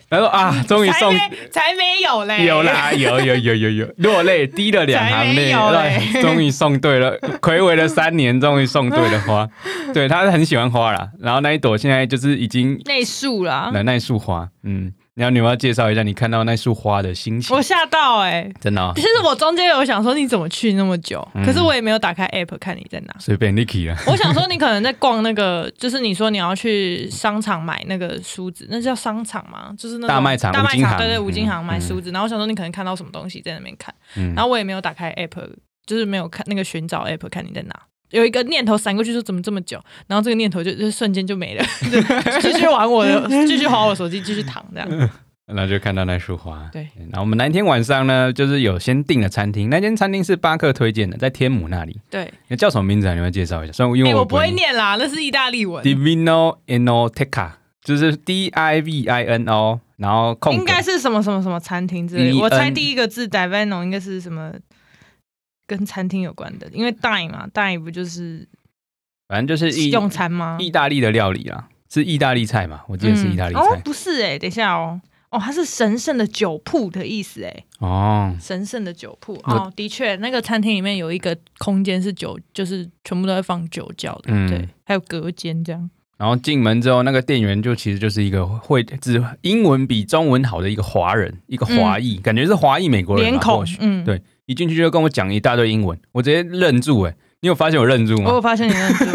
Speaker 1: 他说啊，终于
Speaker 2: 才
Speaker 1: 送
Speaker 2: 没才没有嘞，
Speaker 1: 有，啦，有有有有有，落泪滴了两行
Speaker 2: 哎 才没
Speaker 1: 泪，
Speaker 2: 有
Speaker 1: 哎
Speaker 2: 嘞
Speaker 1: 终于送对了， 暌违了三年，终于送对了 花。对他很喜欢花啦，然后那一朵现在就是已经
Speaker 2: 内束啦，
Speaker 1: 那那一束花，嗯，然后你要介绍一下你看到那束花的心情
Speaker 2: 我，吓到哎、
Speaker 1: 真的哦
Speaker 2: 其实我中间有想说你怎么去那么久，
Speaker 1: 嗯
Speaker 2: 可是我也没有打开 app 看你在 哪。
Speaker 1: 随便 Niki 啊啦，
Speaker 2: 我想说你可能在逛那个，就是你说你要去商场买那个梳子，那叫商场吗？就是那种
Speaker 1: 大卖场
Speaker 2: 大卖
Speaker 1: 五金行
Speaker 2: 场对对，
Speaker 1: 嗯
Speaker 2: 五金行买梳子。然后我想说你可能看到什么东西在那边看，
Speaker 1: 嗯
Speaker 2: 然后我也没有打开 app，就是没有看那个寻找 app 看你在哪。有一个念头闪过去，说怎么这么久？然后这个念头就就瞬间就没了， 就继续玩我的，继续划我手机，继续躺这样。
Speaker 1: 然后就看到那束花。
Speaker 2: 对，
Speaker 1: 然后我们那一天晚上呢，就是有先订了餐厅，那间餐厅是巴克推荐的，在天母那里。
Speaker 2: 对，
Speaker 1: 那叫什么名字啊？你们介绍一下。虽然因
Speaker 2: 哎、
Speaker 1: 为
Speaker 2: 我不会。念啦，那是意大利文，
Speaker 1: Divino Enoteca，就是 D I V I N O，然后空格
Speaker 2: 应该是什么什么什么餐厅之类的。
Speaker 1: D N
Speaker 2: 我猜第一个字 “divino” 应该是什么跟餐厅有关的，因为 “dine” 嘛，“dine” 不就是
Speaker 1: 反正就是意
Speaker 2: 用餐吗？
Speaker 1: 意大利的料理啦，是意大利菜嘛？我记得是意大利
Speaker 2: 嗯哦
Speaker 1: 菜，
Speaker 2: 不是哎、等一下哦。哦，它是神圣的酒铺的意思哎，
Speaker 1: 哦。
Speaker 2: 神圣的酒铺
Speaker 1: 我
Speaker 2: 哦，的确，那个餐厅里面有一个空间是酒，就是全部都在放酒窖的，
Speaker 1: 嗯
Speaker 2: 对，还有隔间这样，
Speaker 1: 然后进门之后，那个店员就其实就是一个会只英文比中文好的一个华人，一个华裔，感觉是华裔美国人
Speaker 2: 嗯脸
Speaker 1: 吧
Speaker 2: 孔
Speaker 1: 或许，
Speaker 2: 嗯，
Speaker 1: 对一进去就跟我讲一大堆英文，我直接愣住哎、你有发现我愣住
Speaker 2: 我
Speaker 1: 吗？
Speaker 2: 有发现你愣住，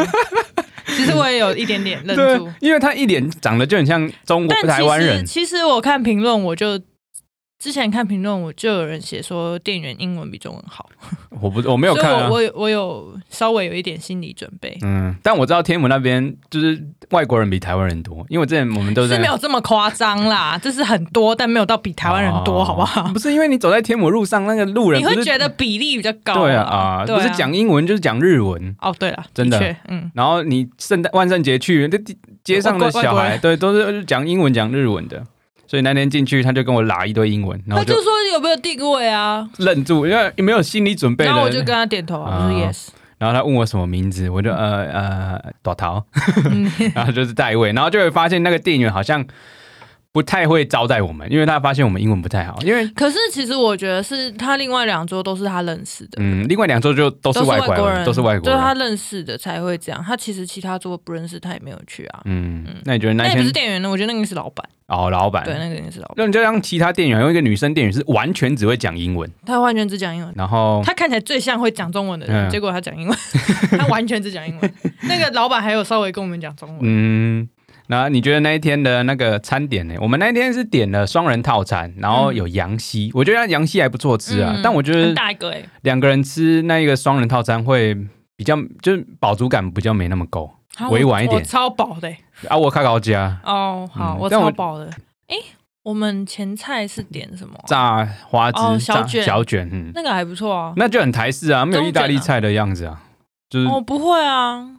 Speaker 2: 其实我也有一点点哦愣
Speaker 1: 对
Speaker 2: 住，，
Speaker 1: 因为他一脸长得就很像中国
Speaker 2: 但
Speaker 1: 台湾人，
Speaker 2: 其实其实我看评论，我就之前看评论，我就有人写说店员英文比中文好，
Speaker 1: 我不我没有
Speaker 2: 所以
Speaker 1: 看、啊
Speaker 2: 我我有我有稍微有一点心理准备，
Speaker 1: 嗯，但我知道天母那边就是外国人比台湾人多，因为我之前我们都在
Speaker 2: 是没有这么夸 张啦，这是很多，但没有到比台湾人多，
Speaker 1: 哦
Speaker 2: 好不好？
Speaker 1: 不是因为你走在天母路上，那个路人
Speaker 2: 你
Speaker 1: 不
Speaker 2: 会
Speaker 1: 是
Speaker 2: 觉得比例比较高，
Speaker 1: 对啊啊，
Speaker 2: 对啊
Speaker 1: 不是讲英文就是讲日文。
Speaker 2: 哦，对了，
Speaker 1: 真的
Speaker 2: 确，嗯，
Speaker 1: 然后你圣诞万圣节去，那地街上的
Speaker 2: 外国
Speaker 1: 小
Speaker 2: 外国
Speaker 1: 孩
Speaker 2: 人
Speaker 1: 对都是讲英文讲日文的，所以那天进去他就跟我拉一堆英文，然后
Speaker 2: 他
Speaker 1: 我就
Speaker 2: 就说有没有定位啊？
Speaker 1: 愣住，因为没有心理准备的。
Speaker 2: 然后我就跟他点头啊，我说
Speaker 1: 啊
Speaker 2: yes，
Speaker 1: 然后他问我什么名字，我就呃呃朵桃， 然后就是代位，然后就会发现那个店员好像不太会招待我们，因为他发现我们英文不太好，因为
Speaker 2: 可是其实我觉得是他另外两桌都是他认识的，
Speaker 1: 嗯，另外两桌就都是
Speaker 2: 都是
Speaker 1: 外国
Speaker 2: 国
Speaker 1: 人，都是外国
Speaker 2: 就是他
Speaker 1: 人。
Speaker 2: 认识的才会这样。他其实其他桌不认识，他也没有去啊。
Speaker 1: 嗯，那你觉得
Speaker 2: 那
Speaker 1: 那一
Speaker 2: 也不是
Speaker 1: 天
Speaker 2: 店员呢，我觉得那个是老板，
Speaker 1: 哦，老
Speaker 2: 对，
Speaker 1: 板，
Speaker 2: 那个应该是老板，
Speaker 1: 那你就让其他店员，有一个女生店员是完全只会讲英文，
Speaker 2: 他完全只讲英文。
Speaker 1: 然后
Speaker 2: 他看起来最像会讲中文的人，
Speaker 1: 哦嗯
Speaker 2: 结果他讲英文， 他完全只讲 英文。那个老板还有稍微跟我们讲中文，
Speaker 1: 嗯，然后你觉得那一天的那个餐点呢？我们那一天是点了双人套餐，然后有羊膝，我觉得羊膝还不错吃啊，
Speaker 2: 嗯
Speaker 1: 但我觉
Speaker 2: 很
Speaker 1: 得
Speaker 2: 大一个哎、欸，
Speaker 1: 两个人吃那一个双人套餐会比较就是饱足感比较没那么够
Speaker 2: 啊
Speaker 1: 委婉一
Speaker 2: 我
Speaker 1: 点
Speaker 2: 我超饱的、欸。
Speaker 1: 啊，我卡高加。
Speaker 2: 哦，好，
Speaker 1: 嗯嗯
Speaker 2: 我
Speaker 1: 但我
Speaker 2: 超饱的。哎、我们前菜是点什么啊、
Speaker 1: 炸花枝、
Speaker 2: 哦小
Speaker 1: 炸
Speaker 2: 卷
Speaker 1: 小卷，嗯，
Speaker 2: 那个还不错啊。
Speaker 1: 那就很台式啊，没有意大利菜的样子啊，就是，
Speaker 2: 哦，不会
Speaker 1: 嗯
Speaker 2: 啊，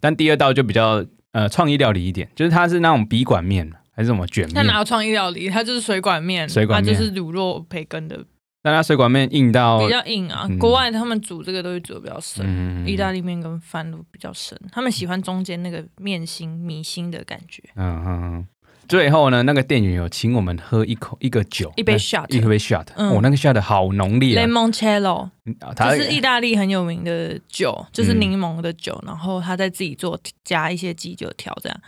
Speaker 1: 但第二道就比较呃创意料理一点，就是它是那种笔管面还是什么卷
Speaker 2: 他
Speaker 1: 面，
Speaker 2: 哪有创意料理？它就是水管面，
Speaker 1: 水管面
Speaker 2: 它就是乳酪培根的，
Speaker 1: 但它水管面硬到
Speaker 2: 比，较硬啊。
Speaker 1: 嗯
Speaker 2: 国外他们煮这个都会煮的比较深，
Speaker 1: 嗯
Speaker 2: 意大利面跟饭都比较深，他们喜欢中间那个面心米心的感觉。
Speaker 1: 嗯嗯嗯。最后呢，那个店员有请我们喝一口一个酒，
Speaker 2: 一杯
Speaker 1: 那
Speaker 2: shot
Speaker 1: 一杯 shot，
Speaker 2: 嗯
Speaker 1: 哦，那个 shot 好浓烈啊
Speaker 2: Limoncello，
Speaker 1: 嗯啊，它嗯
Speaker 2: 这是意大利很有名的酒，就是柠檬的酒，然后他在自己做加一些基酒调这样。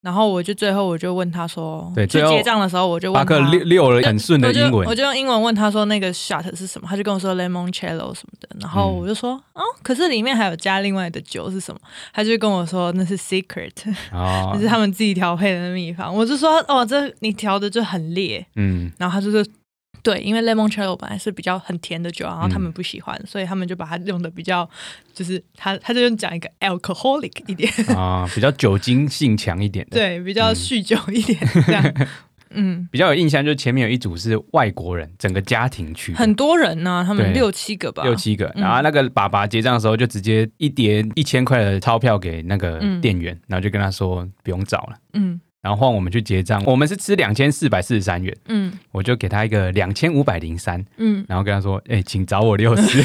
Speaker 2: 然后我就最后我就问他说，
Speaker 1: 对
Speaker 2: 去
Speaker 1: 最后
Speaker 2: 结账的时候我就
Speaker 1: 巴
Speaker 2: 问
Speaker 1: 克
Speaker 2: 他，
Speaker 1: 溜溜了很顺的
Speaker 2: 我就
Speaker 1: 英文
Speaker 2: 我，就用英文问他说那个 shot 是什么，他就跟我说 limoncello 什么的，然后
Speaker 1: 嗯
Speaker 2: 我就说、哦，可是里面还有加另外的酒是什么？他就跟我说那是 secret，那、
Speaker 1: 哦
Speaker 2: 是，他们自己调配的秘方。我就说哦，这你调的就很烈，
Speaker 1: 嗯，
Speaker 2: 然后他就说对，因为 limoncello 本来是比较很甜的酒，然后他们不喜欢，所以他们就把它用的比较就是他他就讲一个 alcoholic 一点，
Speaker 1: 啊，比较酒精性强一点的，
Speaker 2: 对，比较酗酒一点、这样，嗯。
Speaker 1: 比较有印象，就是前面有一组是外国人，整个家庭去的，
Speaker 2: 很多人呢、他
Speaker 1: 对
Speaker 2: 们六七个吧，
Speaker 1: 六七个，
Speaker 2: 嗯
Speaker 1: 然后那个爸爸结账的时候就直接一叠一千块的钞票给那个
Speaker 2: 嗯
Speaker 1: 店员，然后就跟他说不用找了，
Speaker 2: 嗯
Speaker 1: 然后换我们去结账。我们是吃两千四百四十三元，
Speaker 2: 嗯
Speaker 1: 我就给他一个两千五百零三，
Speaker 2: 嗯，
Speaker 1: 然后跟他说，哎、请找我六十。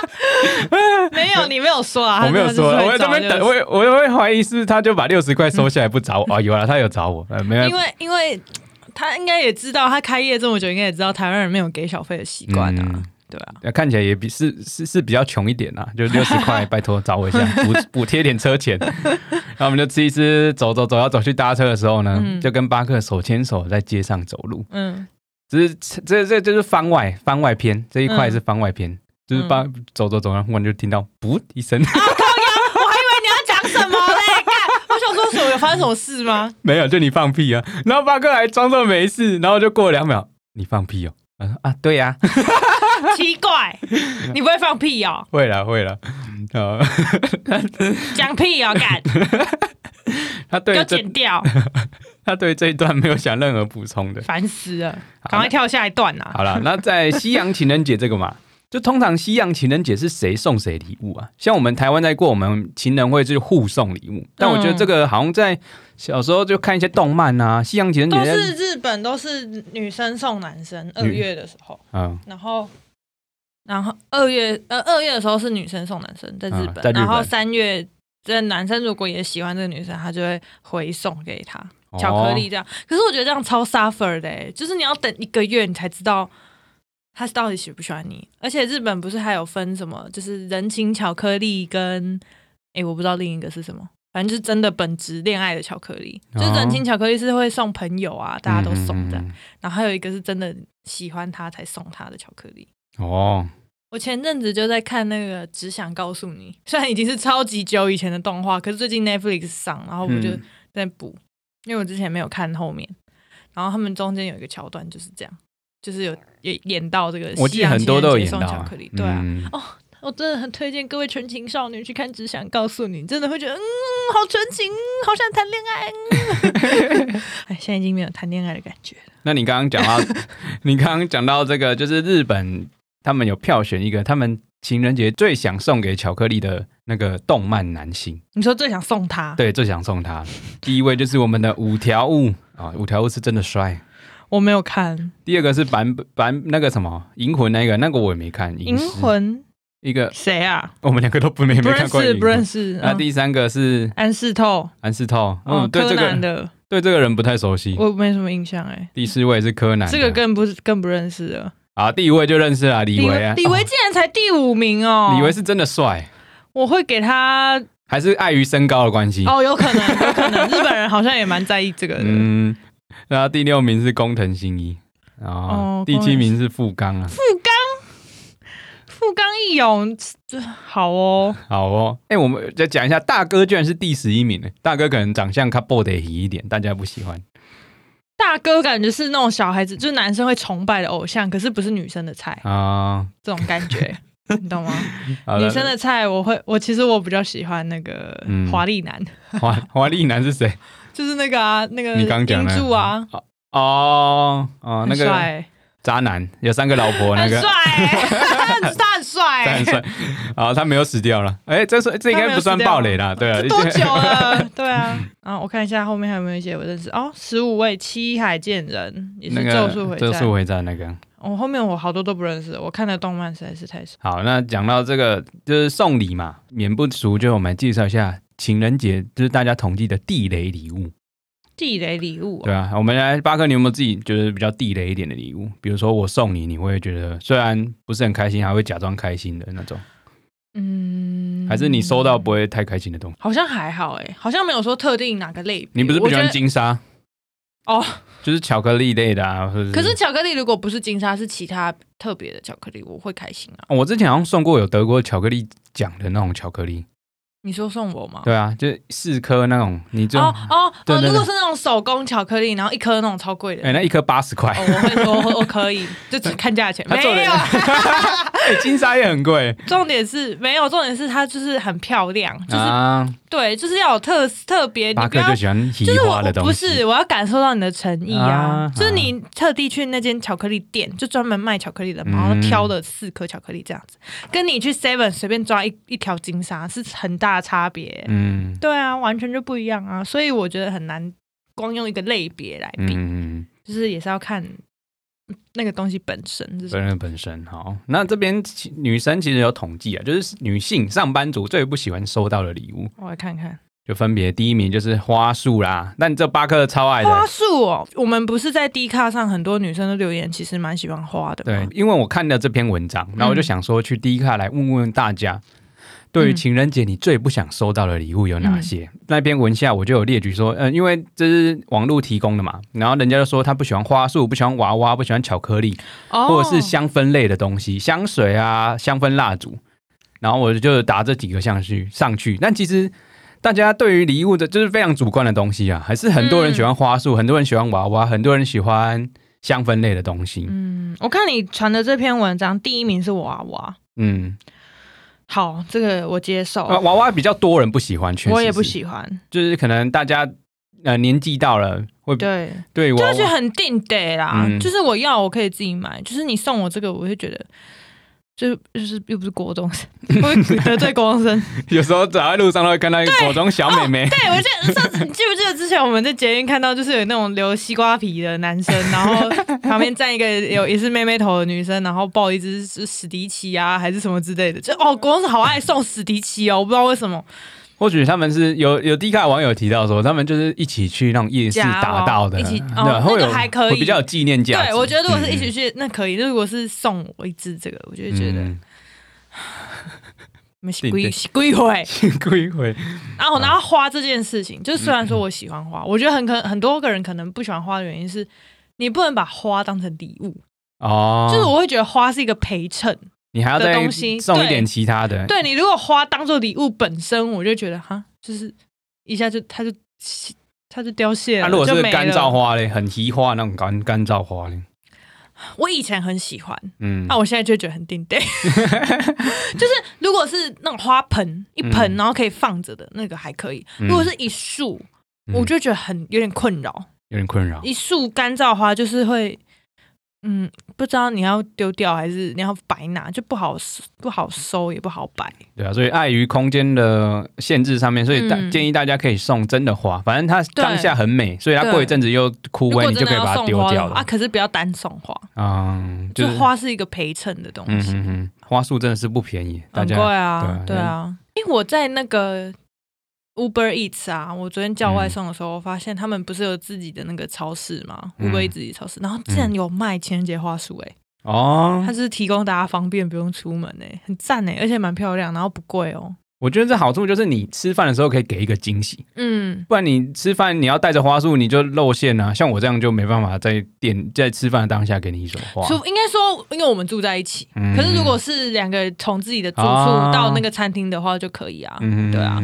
Speaker 2: 没有，你没有说 啊，
Speaker 1: 我没有说，我在这边等，我也我也会怀疑是不是他就把六十块收下来不
Speaker 2: 嗯
Speaker 1: 找我啊？有啊，他有找我，呃，没有
Speaker 2: 因，为因为他应该也知道，他开业这么久，应该也知道台湾人没有给小费的习惯啊
Speaker 1: 嗯，
Speaker 2: 对啊，
Speaker 1: 呃看起来也比是是是比较穷一点啦，就六十 块，拜托找我一下，补补贴点车钱。然后我们就吃一吃，走走走，要走去搭车的时候呢，
Speaker 2: 嗯
Speaker 1: 就跟巴克手牵手在街上走路。
Speaker 2: 嗯，
Speaker 1: 只是这这这就是番外番外篇这一块是番外篇，就是巴走走走，然后忽然就听到噗一声，
Speaker 2: 我还以哎为你要讲什么 嘞，干我想说什么？有发生什么事 吗？
Speaker 1: 没有，就你放屁啊！然后巴克还装作没事，然后就过了两秒，你放屁哦。他说啊，对呀、
Speaker 2: 奇怪，你不会放屁哦？
Speaker 1: 会啦会 啦，呃，
Speaker 2: 讲 屁哦，干，
Speaker 1: 他
Speaker 2: 给
Speaker 1: 对
Speaker 2: 我
Speaker 1: 这
Speaker 2: 剪 掉，
Speaker 1: 他对这一段没有想任何补充的。
Speaker 2: 烦死了，
Speaker 1: 好
Speaker 2: 赶快跳下一段啊呐、
Speaker 1: 好了，那在西洋情人节这个嘛， 就通常西洋情人节是谁送谁礼物啊？像我们台湾在过我们情人会就是互送礼物，但我觉得这个好像在小时候就看一些动漫啊，西洋情人
Speaker 2: 都
Speaker 1: 节
Speaker 2: 是日本，都是女生送男生。二月的时候，
Speaker 1: 嗯，
Speaker 2: 然后，然后二月呃二月的时候是女生送男生，在日
Speaker 1: 嗯
Speaker 2: 本，
Speaker 1: 在日本
Speaker 2: 然后三月这男生如果也喜欢这个女生，他就会回送给她
Speaker 1: 哦
Speaker 2: 巧克力这样。可是我觉得这样超 suffer 的、欸，就是你要等一个月你才知道。他到底喜不喜欢你？而且日本不是还有分什么，就是人情巧克力跟诶、我不知道另一个是什么，反正就是真的本质恋爱的巧克力。
Speaker 1: 哦
Speaker 2: 就是人情巧克力是会送朋友啊，大家都送
Speaker 1: 嗯
Speaker 2: 的。
Speaker 1: 嗯
Speaker 2: 然后还有一个是真的喜欢他才送他的巧克力。
Speaker 1: 嗯哦，
Speaker 2: 我前阵子就在看那个《只想告诉你》，虽然已经是超级久以前的动画，可是最近 Netflix 上，然后我就
Speaker 1: 嗯
Speaker 2: 在补，因为我之前没有看后面。然后他们中间有一个桥段就是这样，就是有也演到这个
Speaker 1: 我
Speaker 2: 西
Speaker 1: 记得
Speaker 2: 洋
Speaker 1: 很
Speaker 2: 情
Speaker 1: 多
Speaker 2: 人
Speaker 1: 都有
Speaker 2: 节
Speaker 1: 演
Speaker 2: 送
Speaker 1: 到
Speaker 2: 巧
Speaker 1: 啊
Speaker 2: 克力，对啊。
Speaker 1: 嗯
Speaker 2: 我真的很推荐各位纯情少女去看《只想告诉你》，真的会觉得嗯，好纯情，好想谈恋爱。嗯 哎，现在已经没有谈恋爱的感觉了。
Speaker 1: 那你刚刚讲到， 你刚刚讲到这个，就是日本他们有票选一个他们情人节最想送给巧克力的那个动漫男星，
Speaker 2: 你说最想送 他？
Speaker 1: 对，最想送他。第一位就是我们的五条悟啊，五条悟是真的帅。
Speaker 2: 我没有看
Speaker 1: 第二个是版版那个什么银魂那个，那个我也没看。
Speaker 2: 《
Speaker 1: 银
Speaker 2: 银
Speaker 1: 狮
Speaker 2: 魂》，
Speaker 1: 一个，
Speaker 2: 谁啊？
Speaker 1: 我们两个都不没
Speaker 2: 不
Speaker 1: 没
Speaker 2: 认
Speaker 1: 看过
Speaker 2: 识，
Speaker 1: 银
Speaker 2: 不认
Speaker 1: 魂。
Speaker 2: 识。
Speaker 1: 那
Speaker 2: 嗯
Speaker 1: 第三个是
Speaker 2: 安室透，
Speaker 1: 安室透，
Speaker 2: 哦，
Speaker 1: 嗯，对
Speaker 2: 柯
Speaker 1: 这
Speaker 2: 南
Speaker 1: 个
Speaker 2: 的，
Speaker 1: 对这个人不太熟悉。
Speaker 2: 我没什么印象哎。
Speaker 1: 第四位是柯南的，
Speaker 2: 这个更不更不认识了。
Speaker 1: 啊，第一位就认识了李维啊，
Speaker 2: 李维竟然才第五名哦
Speaker 1: 哦，李维是真的帅。
Speaker 2: 我会给他
Speaker 1: 还是碍于身高的关系。
Speaker 2: 哦，有可能，有可能，日本人好像也蛮在意这个的。
Speaker 1: 嗯，然后第六名是工藤新一，然后
Speaker 2: 哦
Speaker 1: 第七名是富冈啊。
Speaker 2: 富冈义勇，这好哦，
Speaker 1: 好哦，哎、我们再讲一下，大哥居然是第十一名呢。大哥可能长相他 b o d 一点，大家不喜欢。
Speaker 2: 大哥感觉是那种小孩子，就是男生会崇拜的偶像，可是不是女生的菜，
Speaker 1: 啊、
Speaker 2: 这种感觉， 你懂吗？
Speaker 1: 好了
Speaker 2: 女生的菜，我会，我其实我比较喜欢那个
Speaker 1: 嗯
Speaker 2: 华丽男，
Speaker 1: 华华丽男是谁？
Speaker 2: 就是那个啊，那个
Speaker 1: 你刚讲
Speaker 2: 银
Speaker 1: 的
Speaker 2: 柱啊，
Speaker 1: 哦哦，那
Speaker 2: 很
Speaker 1: 个
Speaker 2: 帅
Speaker 1: 渣男有三个老婆那
Speaker 2: 很 帅
Speaker 1: 个。
Speaker 2: 欸，他很 帅
Speaker 1: 他很
Speaker 2: 欸，
Speaker 1: 帅，啊，他没有死掉了，哎、这是这应该不算暴雷啦，对啊，
Speaker 2: 多 久了？对啊，啊，我看一下后面还有没有一些我认识哦，十五位七海剑人也是
Speaker 1: 那
Speaker 2: 《
Speaker 1: 个
Speaker 2: 咒术回战
Speaker 1: 咒》术回战那个，
Speaker 2: 我、后面我好多都不认识，我看的动漫实在是太少。
Speaker 1: 好，那讲到这个就是送礼嘛，免不俗，就我们介绍一下情人节，就是大家统计的地雷礼物，
Speaker 2: 地雷礼物、哦
Speaker 1: 对啊。我们来巴克，你有没有自己觉得比较地雷一点的礼物？比如说我送你，你会觉得虽然不是很开心，还会假装开心的那种，
Speaker 2: 嗯，
Speaker 1: 还是你收到不会太开心的东西？
Speaker 2: 好像还好哎、好像没有说特定哪个类别。
Speaker 1: 你不是不喜欢
Speaker 2: 我觉得
Speaker 1: 金沙
Speaker 2: 哦？
Speaker 1: 就是巧克力类的啊，或者是
Speaker 2: 可是巧克力如果不是金沙，是其他特别的巧克力，我会开心啊。
Speaker 1: 哦我之前好像送过有德国巧克力奖的那种巧克
Speaker 2: 嗯
Speaker 1: 力，
Speaker 2: 你说送我吗？
Speaker 1: 对啊，就是四颗那种，你就
Speaker 2: 哦哦
Speaker 1: 对
Speaker 2: 哦！
Speaker 1: 对对
Speaker 2: 如果是那种手工巧克力，然后一颗那种超贵的，
Speaker 1: 哎、那一颗八十块
Speaker 2: 哦，，我会说我我可以，就只看价钱，
Speaker 1: 他
Speaker 2: 没
Speaker 1: 做的
Speaker 2: 有。
Speaker 1: 哎金沙也很贵
Speaker 2: 重点是没有，重点是它就是很漂亮， 就是、
Speaker 1: 啊。
Speaker 2: 对，就是要有特特别，你
Speaker 1: 巴
Speaker 2: 不
Speaker 1: 克
Speaker 2: 要
Speaker 1: 就喜欢
Speaker 2: 就
Speaker 1: 奇
Speaker 2: 是我
Speaker 1: 花的东
Speaker 2: 不
Speaker 1: 西，
Speaker 2: 是，我要感受到你的诚意啊！
Speaker 1: 啊
Speaker 2: 就是你特地去那间巧克力店，就专门卖巧克力的，
Speaker 1: 嗯
Speaker 2: 然后挑了四颗巧克力这样子，跟你去 Seven 随便抓一一条金沙是很大的差别。
Speaker 1: 嗯
Speaker 2: 对啊，完全就不一样啊！所以我觉得很难光用一个类别来
Speaker 1: 嗯
Speaker 2: 比，
Speaker 1: 嗯，
Speaker 2: 就是也是要看那个东西本身是什
Speaker 1: 本
Speaker 2: 么。
Speaker 1: 人本身好。那这边其女生其实有统计啊，就是女性上班族最不喜欢收到的礼物，
Speaker 2: 我来看看
Speaker 1: 就分别第一名就是花束啦。但这巴克超爱
Speaker 2: 花
Speaker 1: 的，
Speaker 2: 束哦，我们不是在 D 卡上很多女生都留言，其实蛮喜欢花的
Speaker 1: 对
Speaker 2: 嘛。，
Speaker 1: 因为我看了这篇文章，然后我就想说去第一卡来问问大家。对于
Speaker 2: 嗯
Speaker 1: 情人节，你最不想收到的礼物有哪些？那篇文下我就有列举说，嗯、因为这是网络提供的嘛，然后人家就说他不喜欢花束，不喜欢娃娃，不喜欢巧克力，
Speaker 2: 哦
Speaker 1: 或者是香氛类的东西，香水啊、香氛蜡烛，然后我就打这几个项去上去。但其实大家对于礼物的，就是非常主观的东西啊，还是很多人喜欢花束，很多人喜欢娃娃，很多人喜欢香氛类的东西。
Speaker 2: 嗯，我看你传的这篇文章，第一名是娃娃。
Speaker 1: 嗯，
Speaker 2: 好，这个我接受，
Speaker 1: 呃娃娃比较多人不喜欢，确实
Speaker 2: 我也不
Speaker 1: 是，嗯
Speaker 2: 喜欢。
Speaker 1: 就是可能大家呃年纪到了会
Speaker 2: 对，
Speaker 1: 对娃
Speaker 2: 就觉得
Speaker 1: 娃，
Speaker 2: 很定得啦，
Speaker 1: 嗯
Speaker 2: 就是我要我可以自己买，就是你送我这个，我会觉得。就就是又不是国中生， 我会得哦罪国中生。
Speaker 1: 有时候走在路上都会看到一个国中小妹妹，
Speaker 2: 对，我记得上次你记不记得之前我们在捷运看到，就是有那种留西瓜皮的男生，然后旁边站一个有也是妹妹头的女生，然后抱一只是史迪奇啊还是什么之类的。就哦，国中生好爱送史迪奇哦，我不知道为什么。
Speaker 1: 或许他们是有有低卡网友提到说，他们就是一起去那种夜市打到的，
Speaker 2: 夹哦一起
Speaker 1: 对，
Speaker 2: 哦那个
Speaker 1: 会有
Speaker 2: 还可以
Speaker 1: 会比较有纪念价值。
Speaker 2: 对，我觉得如果是一
Speaker 1: 嗯
Speaker 2: 起去，那可以；如果是送我一只这个，我就会
Speaker 1: 嗯
Speaker 2: 觉得
Speaker 1: 嗯
Speaker 2: 你们
Speaker 1: 定
Speaker 2: 鬼 鬼会。
Speaker 1: 辛苦一回，
Speaker 2: 然后，
Speaker 1: 嗯
Speaker 2: 然后花这件事情，就虽然说我喜欢花，我觉得很可很多个人可能不喜欢花的原因是，你不能把花当成礼物，
Speaker 1: 哦，
Speaker 2: 就是我会觉得花是一个陪衬。
Speaker 1: 你还要
Speaker 2: 的
Speaker 1: 再
Speaker 2: 东西
Speaker 1: 送
Speaker 2: 对
Speaker 1: 一点其他 的，
Speaker 2: 对你如果花当做礼物本身，我就觉得哈，就是一下就它就它就凋谢了，
Speaker 1: 那如果
Speaker 2: 就是没
Speaker 1: 干
Speaker 2: 了
Speaker 1: 燥，花嘞，很奇花那种干干燥花嘞，
Speaker 2: 我以前很喜欢，啊
Speaker 1: 嗯
Speaker 2: 那、，我现在就觉得很定 对。就是如果是那种花盆一盆，
Speaker 1: 嗯
Speaker 2: 然后可以放着的那个还可以，
Speaker 1: 嗯
Speaker 2: 如果是一束，
Speaker 1: 嗯
Speaker 2: 我就觉得很有点困扰。
Speaker 1: 有点困扰。
Speaker 2: 一束干燥花就是会，嗯，不知道你要丢掉还是你要白拿，就不好收不好收，也不好摆。
Speaker 1: 对啊，所以碍于空间的限制上面，所以大、
Speaker 2: 嗯
Speaker 1: 建议大家可以送真的花，反正它
Speaker 2: 对
Speaker 1: 当下很美，所以它
Speaker 2: 对
Speaker 1: 过一阵子又枯
Speaker 2: 如果
Speaker 1: 萎，你就
Speaker 2: 真
Speaker 1: 可
Speaker 2: 的
Speaker 1: 以
Speaker 2: 要
Speaker 1: 把它
Speaker 2: 送
Speaker 1: 丢
Speaker 2: 花
Speaker 1: 掉
Speaker 2: 的话啊，
Speaker 1: 了。
Speaker 2: 可是不要单送花，
Speaker 1: 嗯，就是
Speaker 2: 就花是一个陪衬的东
Speaker 1: 嗯
Speaker 2: 西，
Speaker 1: 嗯嗯，花束真的是不便宜，大
Speaker 2: 很
Speaker 1: 家
Speaker 2: 贵啊，
Speaker 1: 对
Speaker 2: 对
Speaker 1: 啊
Speaker 2: 啊。因为我在那个 Uber Eats 啊，我昨天叫外送的时候，我发现他们不是有自己的那个超市嘛、
Speaker 1: 嗯
Speaker 2: u b e r Eats 自己超市，然后竟然有卖情人节花束、欸，哎、
Speaker 1: 哦
Speaker 2: 它，就是提供大家方便，不用出门、欸，哎，很赞哎、而且蛮漂亮，然后不贵哦、
Speaker 1: 我觉得这好处就是你吃饭的时候可以给一个惊喜，
Speaker 2: 嗯，
Speaker 1: 不然你吃饭你要带着花束你就露馅啊。像我这样就没办法在店在吃饭的当下给你一朵花。
Speaker 2: 除应该说，因为我们住在一起，
Speaker 1: 嗯
Speaker 2: 可是如果是两个从自己的住宿
Speaker 1: 啊
Speaker 2: 到那个餐厅的话，就可以啊。
Speaker 1: 嗯
Speaker 2: 对啊。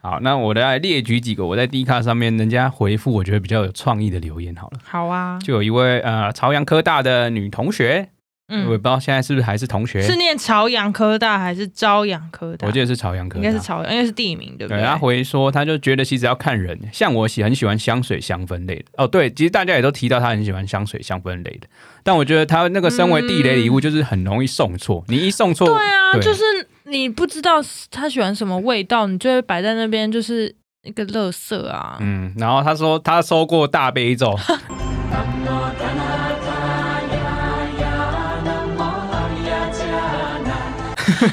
Speaker 1: 好，那我来列举几个我在 D 卡上面人家回复我觉得比较有创意的留言好了。
Speaker 2: 好啊，
Speaker 1: 就有一位呃朝阳科大的女同学，我也
Speaker 2: 嗯，
Speaker 1: 不知道现在是不是还是同学，
Speaker 2: 是念朝阳科大还是朝阳科大？
Speaker 1: 我记得是朝阳科
Speaker 2: 应
Speaker 1: 大，
Speaker 2: 该是朝阳，应该是地名，对不
Speaker 1: 对，他回说，他就觉得其实要看人，像我喜很喜欢香水香氛类的。哦，对，其实大家也都提到他很喜欢香水香氛类的，但我觉得他那个身为地雷礼物，就是很容易送错。你一送错，
Speaker 2: 对啊，
Speaker 1: 对
Speaker 2: 就是你不知道他喜欢什么味道，你就会摆在那边，就是一个垃圾啊。
Speaker 1: 嗯，然后他说他收过大悲咒，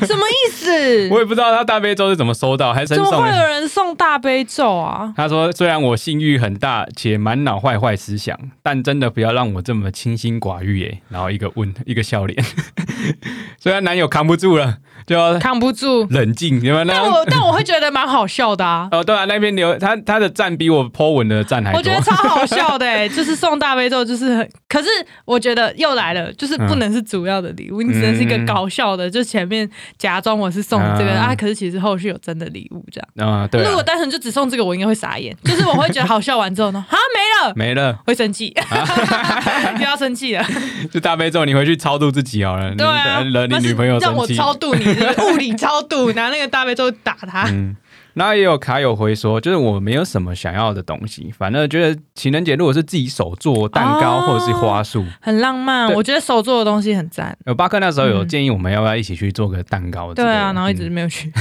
Speaker 2: 什么意思？
Speaker 1: 我也不知道他大悲咒是怎么收到，还真
Speaker 2: 怎么
Speaker 1: 送
Speaker 2: 会
Speaker 1: 了。
Speaker 2: 有人送大悲咒啊？
Speaker 1: 他说：“虽然我性欲很大，且满脑坏坏思想，但真的不要让我这么清心寡欲耶。”然后一个问，一个笑脸。 虽然男友扛不住了，就要
Speaker 2: 扛不住。
Speaker 1: 冷静，你 们那
Speaker 2: 但
Speaker 1: 种
Speaker 2: 我但我会觉得蛮好笑的啊。
Speaker 1: 哦，对啊，那边留他他的赞比我 Po 文的赞还多。
Speaker 2: 我觉得超好笑的、欸， 就是送大悲咒，就是很。可是我觉得又来了，就是不能是主要的礼物，你只能是一个搞笑的，就前面假装我是送你这个、
Speaker 1: 嗯
Speaker 2: 啊，可是其实后续有真的礼物这样。
Speaker 1: 嗯，对
Speaker 2: 如
Speaker 1: 啊、
Speaker 2: 果单纯就只送这个，我应该会傻眼，就是我会觉得好笑完之后呢，啊没了，
Speaker 1: 没了，
Speaker 2: 会生 气， 又要生气了。
Speaker 1: 就大悲咒，你回去超度自己好了，
Speaker 2: 对啊，
Speaker 1: 你呃惹你女朋友
Speaker 2: 让
Speaker 1: 生
Speaker 2: 我
Speaker 1: 气。
Speaker 2: 超度你， 就是物理超度，拿那个大悲咒打他。
Speaker 1: 嗯，然后也有卡友回说，就是我没有什么想要的东西，反正觉得情人节如果是自己手做蛋糕
Speaker 2: 哦
Speaker 1: 或者是花束，
Speaker 2: 很浪漫，
Speaker 1: 对
Speaker 2: 我觉得手做的东西很赞。
Speaker 1: 呃，巴克那时候有
Speaker 2: 嗯
Speaker 1: 建议我们要不要一起去做个蛋糕之
Speaker 2: 对
Speaker 1: 类的，
Speaker 2: 啊，然后一
Speaker 1: 嗯
Speaker 2: 直没 有去，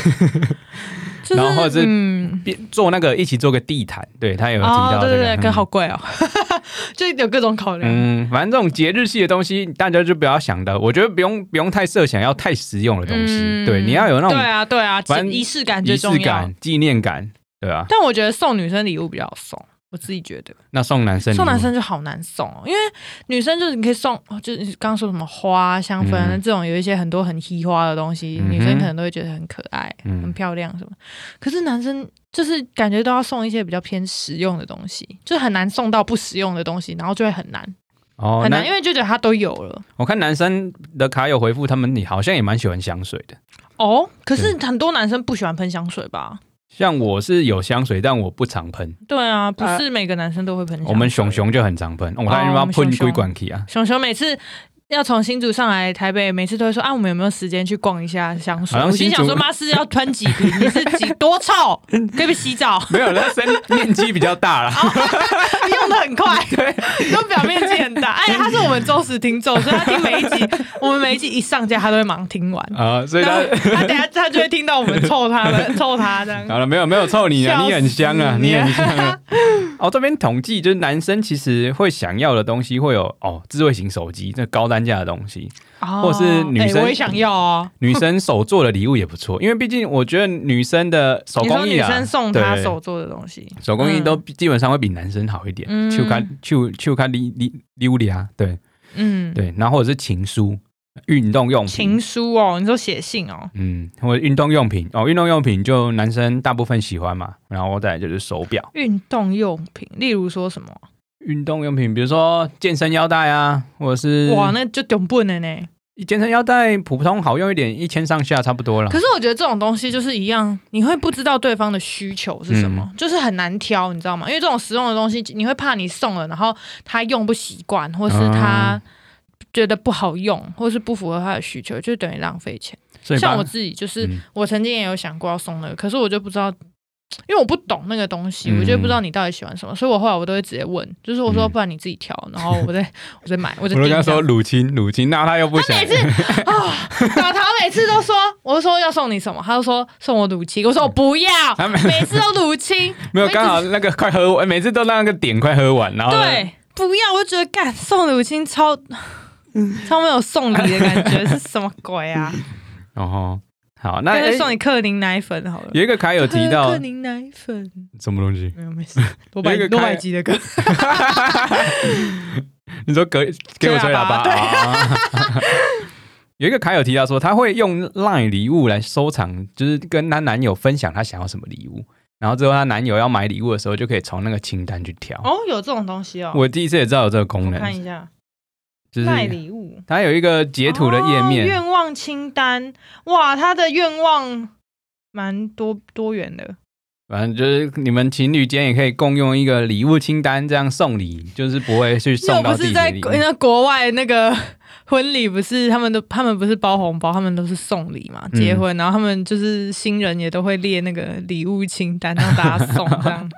Speaker 2: 就是
Speaker 1: 然后或者是
Speaker 2: 嗯，
Speaker 1: 边做那个一起做个地毯，对他有提
Speaker 2: 哦，
Speaker 1: 到这
Speaker 2: 对
Speaker 1: 个，
Speaker 2: 对对，可
Speaker 1: 嗯
Speaker 2: 好贵哦， 就有各种考量。
Speaker 1: 嗯，反正这种节日系的东西，大家就不要想的。我觉得不用不用太设想要太实用的东西，
Speaker 2: 嗯
Speaker 1: 对，你要有那
Speaker 2: 对
Speaker 1: 种
Speaker 2: 啊对啊，
Speaker 1: 反正
Speaker 2: 仪式感
Speaker 1: 仪
Speaker 2: 最
Speaker 1: 式
Speaker 2: 重要
Speaker 1: 感。、纪念感，对吧、
Speaker 2: 但我觉得送女生礼物比较好送，我自己觉得
Speaker 1: 那送男生礼物
Speaker 2: 送男，生就好难送哦，因为女生就是你可以送，哦就是你刚刚说什么花、香氛、
Speaker 1: 嗯
Speaker 2: 这种有一些很多很稀花的东西，
Speaker 1: 嗯哼
Speaker 2: 女生可能都会觉得很可爱、
Speaker 1: 嗯
Speaker 2: 很漂亮什么。可是男生就是感觉都要送一些比较偏实用的东西，就很难送到不实用的东西，然后就会很难
Speaker 1: 哦
Speaker 2: 很，难，
Speaker 1: 那
Speaker 2: 因为就觉得他都有了。
Speaker 1: 我看男生的卡友回复他们，你好像也蛮喜欢香水的。
Speaker 2: 哦，可是很多男生不喜欢喷香水吧？
Speaker 1: 像我是有香水，但我不常喷。
Speaker 2: 对啊，不是每个男生都会喷香水。
Speaker 1: 呃我们熊熊就很常喷，我他
Speaker 2: 哦
Speaker 1: 妈
Speaker 2: 我
Speaker 1: 喷
Speaker 2: 们熊熊
Speaker 1: 归管体啊！
Speaker 2: 熊熊每次要从新竹上来台北，每次都会说啊，我们有没有时间去逛一下香水？
Speaker 1: 好像
Speaker 2: 我心想
Speaker 1: 新竹
Speaker 2: 说，妈是要穿几瓶？你是几多臭？ 可以不可以洗澡？
Speaker 1: 没有，他身面积比较大 啦。
Speaker 2: 用的很快， 对，用表面积很大。哎，他是我们忠实听众，所以他听每一 集，我们每一集一上架，他都会忙听完。
Speaker 1: 啊，所以
Speaker 2: 然
Speaker 1: 他
Speaker 2: 后他等下他就会听到我们臭他们臭他这样。
Speaker 1: 好了，没有没有臭你啊，
Speaker 2: 笑死
Speaker 1: 你很香 啊，
Speaker 2: 你
Speaker 1: 你很香啊。哦，这边统计就是男生其实会想要的东西会有哦，智慧型手机这高单价的东西，
Speaker 2: 哦
Speaker 1: 或是女
Speaker 2: 哎
Speaker 1: 生
Speaker 2: 我也想要哦。
Speaker 1: 女生手做的礼物也不错， 因为毕竟我觉得女生的手
Speaker 2: 你说
Speaker 1: 工艺
Speaker 2: 女
Speaker 1: 啊，
Speaker 2: 生送他
Speaker 1: 对
Speaker 2: 手做的东西，
Speaker 1: 手工艺都基本上会比男生好一点
Speaker 2: 嗯，
Speaker 1: 就看就就看溜溜溜里啊，对
Speaker 2: 嗯，
Speaker 1: 对，然后或者是情书、运动用
Speaker 2: 情
Speaker 1: 品，
Speaker 2: 书哦，你说写信哦，
Speaker 1: 嗯，或者运动用品哦，运动用品就男生大部分喜欢嘛，然后再来就是手表，
Speaker 2: 运动用品，例如说什么？
Speaker 1: 运动用品，比如说健身腰带啊，或者是
Speaker 2: 哇，那就顶笨了呢。
Speaker 1: 健身腰带普通好用一点，一千上下差不多了
Speaker 2: 可。是我觉得这种东西就是一样，你会不知道对方的需求是什
Speaker 1: 嗯
Speaker 2: 么，就是很难挑，你知道吗？因为这种实用的东西，你会怕你送了，然后他用不习惯，或是
Speaker 1: 啊
Speaker 2: 他觉得不好用，或是不符合他的需求，就等于浪费钱。
Speaker 1: 所以
Speaker 2: 像
Speaker 1: 把
Speaker 2: 我自己就是，
Speaker 1: 嗯
Speaker 2: 我曾经也有想过要送那个，可是我就不知道，因为我不懂那个东西，
Speaker 1: 嗯
Speaker 2: 我就不知道你到底喜欢什么，所以我后来我都会直接问，就是我说
Speaker 1: 嗯
Speaker 2: 不然你自己挑，然后 我再我再买，我
Speaker 1: 我
Speaker 2: 就
Speaker 1: 都
Speaker 2: 订
Speaker 1: 跟他
Speaker 2: 这
Speaker 1: 说
Speaker 2: 样。
Speaker 1: 乳清乳清，那他又不想
Speaker 2: 每。次啊，小桃每次都说，我就说要送你什么，他就说送我乳清，我说我不要
Speaker 1: 他，每
Speaker 2: 每次都 乳清，
Speaker 1: 没有，
Speaker 2: 我一直
Speaker 1: 刚好那个快喝完，每次都让那个点快喝完，然后呢
Speaker 2: 对，不要，我就觉得干送乳清超。 超没有送礼的感 觉是什么鬼啊？
Speaker 1: 然后哦好，那
Speaker 2: 干脆
Speaker 1: 诶
Speaker 2: 送你克林奶粉好了。
Speaker 1: 哎有一个卡友提
Speaker 2: 喝
Speaker 1: 到
Speaker 2: 克林奶粉，
Speaker 1: 什么东西？
Speaker 2: 没有 没事，罗
Speaker 1: 有
Speaker 2: 百
Speaker 1: 一个
Speaker 2: 罗百
Speaker 1: 开
Speaker 2: 吉的歌，
Speaker 1: 你说给给我吹喇叭？啊 有一个卡友提到说，他会用 LINE 礼物来收藏，就是跟她男友分享她想要什么礼物，然后之后她男友要买礼物的时候，就可以从那个清单去挑。
Speaker 2: 哦，有这种东西哦。
Speaker 1: 我第一次也知道有这个功
Speaker 2: 我
Speaker 1: 能，
Speaker 2: 看一下，
Speaker 1: 就是
Speaker 2: 赖礼物
Speaker 1: 它有一个截图的页
Speaker 2: 哦
Speaker 1: 面，
Speaker 2: 愿望清单，哇，他的愿望蛮多多元的。
Speaker 1: 反正就是你们情侣间也可以共用一个礼物清单，这样送礼就是不会去
Speaker 2: 又
Speaker 1: 送到
Speaker 2: 不
Speaker 1: 自
Speaker 2: 是
Speaker 1: 己
Speaker 2: 在
Speaker 1: 的礼物
Speaker 2: 国。那国外那个 婚礼，不是他们都他们不是包红包，他们都是送礼嘛，
Speaker 1: 嗯
Speaker 2: 结婚，然后他们就是新人也都会列那个礼物清单让大家送，这 样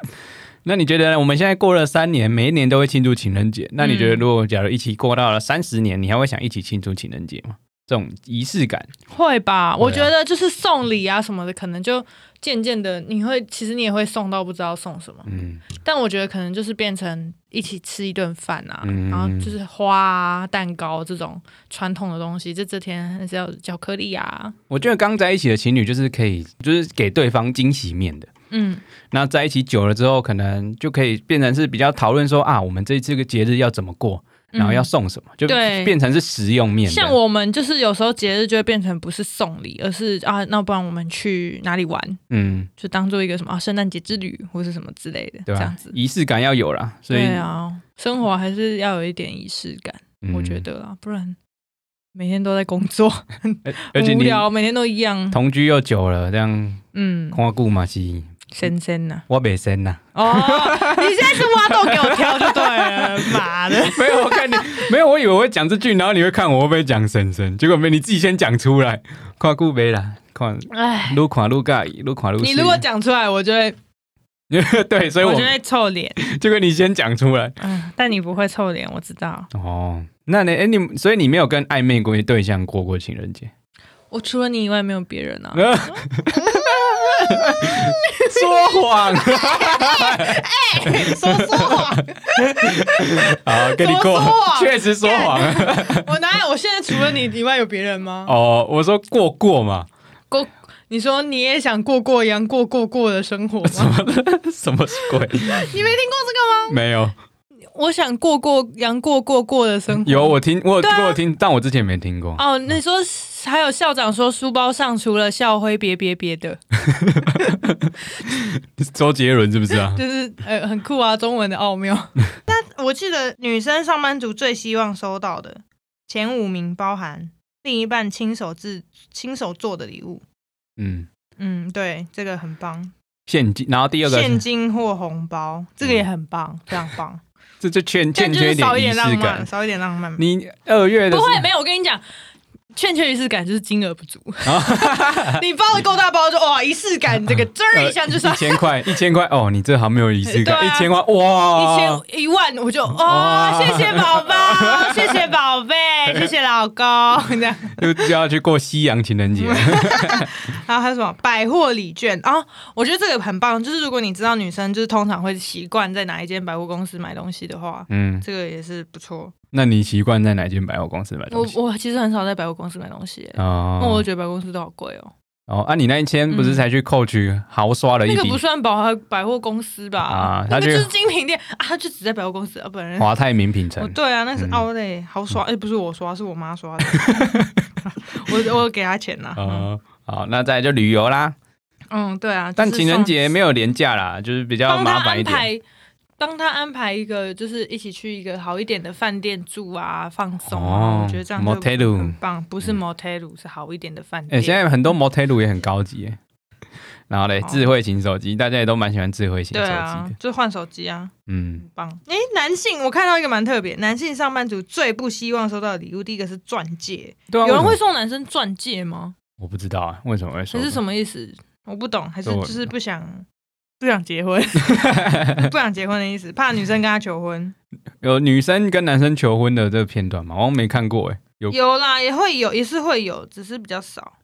Speaker 1: 那你觉得呢我们现在过了三年，每一年都会庆祝情人节？那你觉得
Speaker 2: 嗯
Speaker 1: 如果假如一起过到了三十年，你还会想一起庆祝情人节吗？这种仪式感，
Speaker 2: 会吧？我
Speaker 1: 对
Speaker 2: 觉
Speaker 1: 啊
Speaker 2: 得就是送礼啊什么的，可能就渐渐的你会，其实你也会送到不知道送什么。
Speaker 1: 嗯，
Speaker 2: 但我觉得可能就是变成一起吃一顿饭啊，
Speaker 1: 嗯
Speaker 2: 然后就是花啊、蛋糕这种传统的东西，这这天还是要有巧克力啊，
Speaker 1: 我觉得刚在一起的情侣就是可以，就是给对方惊喜面的。
Speaker 2: 嗯，
Speaker 1: 那在一起久了之后，可能就可以变成是比较讨论说啊，我们这这个节日要怎么过，
Speaker 2: 嗯
Speaker 1: 然后要送什么，就
Speaker 2: 对
Speaker 1: 变成是实用面的。
Speaker 2: 像我们就是有时候节日就会变成不是送礼，而是啊，那不然我们去哪里玩，
Speaker 1: 嗯，
Speaker 2: 就当做一个什么啊圣诞节之旅或是什么之类的，
Speaker 1: 对
Speaker 2: 这
Speaker 1: 吧、
Speaker 2: 样子。
Speaker 1: 仪式感要有啦，所以、
Speaker 2: 对啊，生活还是要有一点仪式感，
Speaker 1: 嗯
Speaker 2: 我觉，得啦，不然每天都在工作，
Speaker 1: 而嗯而且
Speaker 2: 很无
Speaker 1: 你
Speaker 2: 聊，每天都一样。
Speaker 1: 同居又久了，这样
Speaker 2: 嗯，啊
Speaker 1: 看顾嘛是
Speaker 2: 深深呐、
Speaker 1: 我北生呐。
Speaker 2: 哦，你现在是挖洞给我挑就对了，妈的！
Speaker 1: 没有，我看你没有，我以为我会讲这句，然后你会看我会不会讲婶婶，结果没，你自己先讲出来，看顾没啦，看
Speaker 2: 哎，
Speaker 1: 撸看撸尬，撸看撸。
Speaker 2: 你如果讲出来，我就会，
Speaker 1: 对，所以
Speaker 2: 我
Speaker 1: 我
Speaker 2: 就会臭脸。
Speaker 1: 结果你先讲出来
Speaker 2: 嗯，但你不会臭脸，我知道。
Speaker 1: 哦。那你哎你，所以你没有跟暧昧过对象过过情人 节？
Speaker 2: 我除了你以外没有别人 啊。
Speaker 1: 说谎，
Speaker 2: 哎 说说谎，
Speaker 1: 好，跟你
Speaker 2: 怎么
Speaker 1: 过
Speaker 2: 说谎，哎
Speaker 1: 确实说谎
Speaker 2: 我哪有？我现在除了你以外有别人 吗？
Speaker 1: 哦。我说过过嘛，
Speaker 2: 过，你说你也想过过杨过过过的生活 吗？
Speaker 1: 什么鬼？
Speaker 2: 你没听过这个吗？
Speaker 1: 没有，
Speaker 2: 我想过过杨过过过的生活。
Speaker 1: 有我听，我有
Speaker 2: 对啊
Speaker 1: 我有听，但我之前没听过。
Speaker 2: 哦，你说还有校长说书包上除了校徽别别别的，
Speaker 1: 周杰伦是不是啊？
Speaker 2: 就是呃很酷啊，中文的奥妙。
Speaker 3: 那我记得女生上班族最希望收到的前五名包含另一半亲手制亲手做的礼物。
Speaker 1: 嗯，
Speaker 3: 嗯，对，这个很棒。
Speaker 1: 现金，然后第二个
Speaker 3: 现金或红包，
Speaker 2: 嗯
Speaker 3: 这个也很棒，非常 棒。
Speaker 1: 这就欠
Speaker 3: 但
Speaker 1: 欠
Speaker 3: 就
Speaker 1: 缺
Speaker 3: 是少一
Speaker 1: 仪
Speaker 3: 点浪
Speaker 1: 式
Speaker 3: 漫，
Speaker 1: 感。
Speaker 3: 少一点浪漫。
Speaker 1: 你二月的
Speaker 2: 不
Speaker 1: 时
Speaker 2: 会，没有，我跟你讲。欠缺仪式感就是金额不足，哦
Speaker 3: 你包的够大包，就哇仪式 感，这个滋儿
Speaker 1: 呃
Speaker 3: 一下就
Speaker 1: 一
Speaker 3: 上
Speaker 1: 一千块，一千块哦，你这好没有仪式感，
Speaker 3: 对啊
Speaker 1: 一千块
Speaker 2: 一
Speaker 1: 哇，
Speaker 2: 千一万我就
Speaker 1: 哇
Speaker 2: 哦，
Speaker 3: 谢谢宝 宝，谢谢宝贝，谢谢老公。这样，
Speaker 1: 又就要去过西洋情人 节，
Speaker 3: 然后还有什么百货礼券啊、哦？我觉得这个很棒，就是如果你知道女生就是通常会习惯在哪一间百货公司买东西的话，
Speaker 1: 嗯，
Speaker 3: 这个也是不错。
Speaker 1: 那你习惯在哪间百货公司买
Speaker 2: 我
Speaker 1: 东西？
Speaker 2: 我其实很少在百货公司买东西耶，嗯因为我
Speaker 1: 哦
Speaker 2: 觉得百货公司都好贵哦。
Speaker 1: 哦，啊，你那一天不是才去扣取豪刷了
Speaker 2: 嗯那
Speaker 1: 一
Speaker 2: 个
Speaker 1: 笔
Speaker 2: 不算百货百货公司吧？
Speaker 1: 啊
Speaker 2: 那
Speaker 1: 他
Speaker 2: 个
Speaker 1: 去
Speaker 2: 就是精品店啊，他就只在百货公司啊，本人。
Speaker 1: 华泰名品城
Speaker 3: 哦，，对啊，那是
Speaker 1: 嗯
Speaker 3: 奥莱，好刷。哎、不是我刷，是我妈刷的。 我我给她钱啦。嗯
Speaker 1: 哦，好，那再来就旅游啦，
Speaker 3: 嗯，对啊。
Speaker 1: 但
Speaker 3: 就是
Speaker 1: 情人
Speaker 3: 送
Speaker 1: 节没有廉价啦，就是比较
Speaker 2: 帮他
Speaker 1: 麻烦一
Speaker 2: 安
Speaker 1: 点。
Speaker 2: 排，帮他安排一个，就是一起去一个好一点的饭店住啊，放松啊。
Speaker 1: 哦
Speaker 2: 我觉得这样就
Speaker 1: motel 嗯
Speaker 2: 很棒，不是 motel 是好一点的饭
Speaker 1: 哎、
Speaker 2: 店。
Speaker 1: 现在很多 motel 也很高级耶。然后嘞，
Speaker 3: 哦
Speaker 1: 智慧型手机，大家也都蛮喜欢智慧型
Speaker 3: 对
Speaker 1: 手机的。
Speaker 3: 啊，就换手机啊，
Speaker 1: 嗯，
Speaker 3: 很棒。哎、男性我看到一个蛮特别，男性上班族最不希望收到的礼物，第一个是钻戒，
Speaker 1: 对啊，
Speaker 2: 有人
Speaker 1: 为
Speaker 2: 会
Speaker 1: 什么
Speaker 2: 送男生钻戒吗？
Speaker 1: 我不知道啊，为什么会说
Speaker 2: 这是什么意思？
Speaker 3: 我不懂，还是
Speaker 1: 对我
Speaker 3: 就是不想不想结 婚，不想结婚的意思，怕女生跟他求婚。
Speaker 1: 有女生跟男生求婚的这个片段吗？我好像没看过哎，有
Speaker 3: 有啦，也会有，也是会有，只是比较少。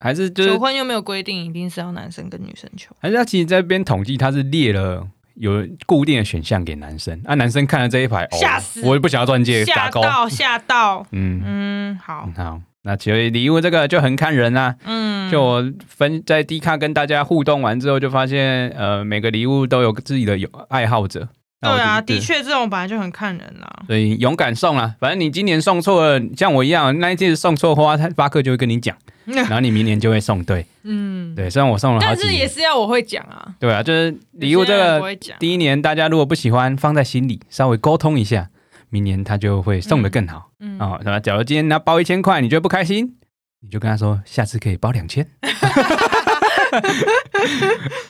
Speaker 1: 还是就是
Speaker 3: 求婚又没有规定一定是要男生跟女生求，
Speaker 1: 还是他其实在这边统计，他是列了有固定的选项给男生，啊，男生看了这一排，哦
Speaker 3: 吓死，
Speaker 1: 我不想要钻戒，打
Speaker 3: 吓
Speaker 1: 勾，
Speaker 3: 到吓到，
Speaker 1: 嗯，
Speaker 3: 嗯，好
Speaker 1: 嗯，好，那其实礼物这个就很看人啦、
Speaker 3: 嗯，
Speaker 1: 就我分在 D 卡跟大家互动完之后，就发现呃每个礼物都有自己的有爱好者。
Speaker 3: 对
Speaker 1: 那
Speaker 3: 啊，
Speaker 1: 我就
Speaker 3: 的，确这种本来就很看人啦。
Speaker 1: 所以勇敢送啦。反正你今年送错了，像我一样，那一次送错花，他巴克就会跟你 讲，然后你明年就会送对。
Speaker 2: 嗯，
Speaker 1: 对，虽然我送了好
Speaker 2: 但
Speaker 1: 几
Speaker 2: 是也
Speaker 1: 年，
Speaker 2: 是要我会讲啊，
Speaker 1: 对啊，就是礼物这
Speaker 2: 有些人
Speaker 1: 个
Speaker 2: 不会啊讲。
Speaker 1: 第一年，大家如果不喜欢，放在心里，稍微沟通一下，明年他就会送的更好。
Speaker 2: 嗯
Speaker 1: 哦，那假如今天他包一千块，你觉得不开心，你就跟他说下次可以包 两千。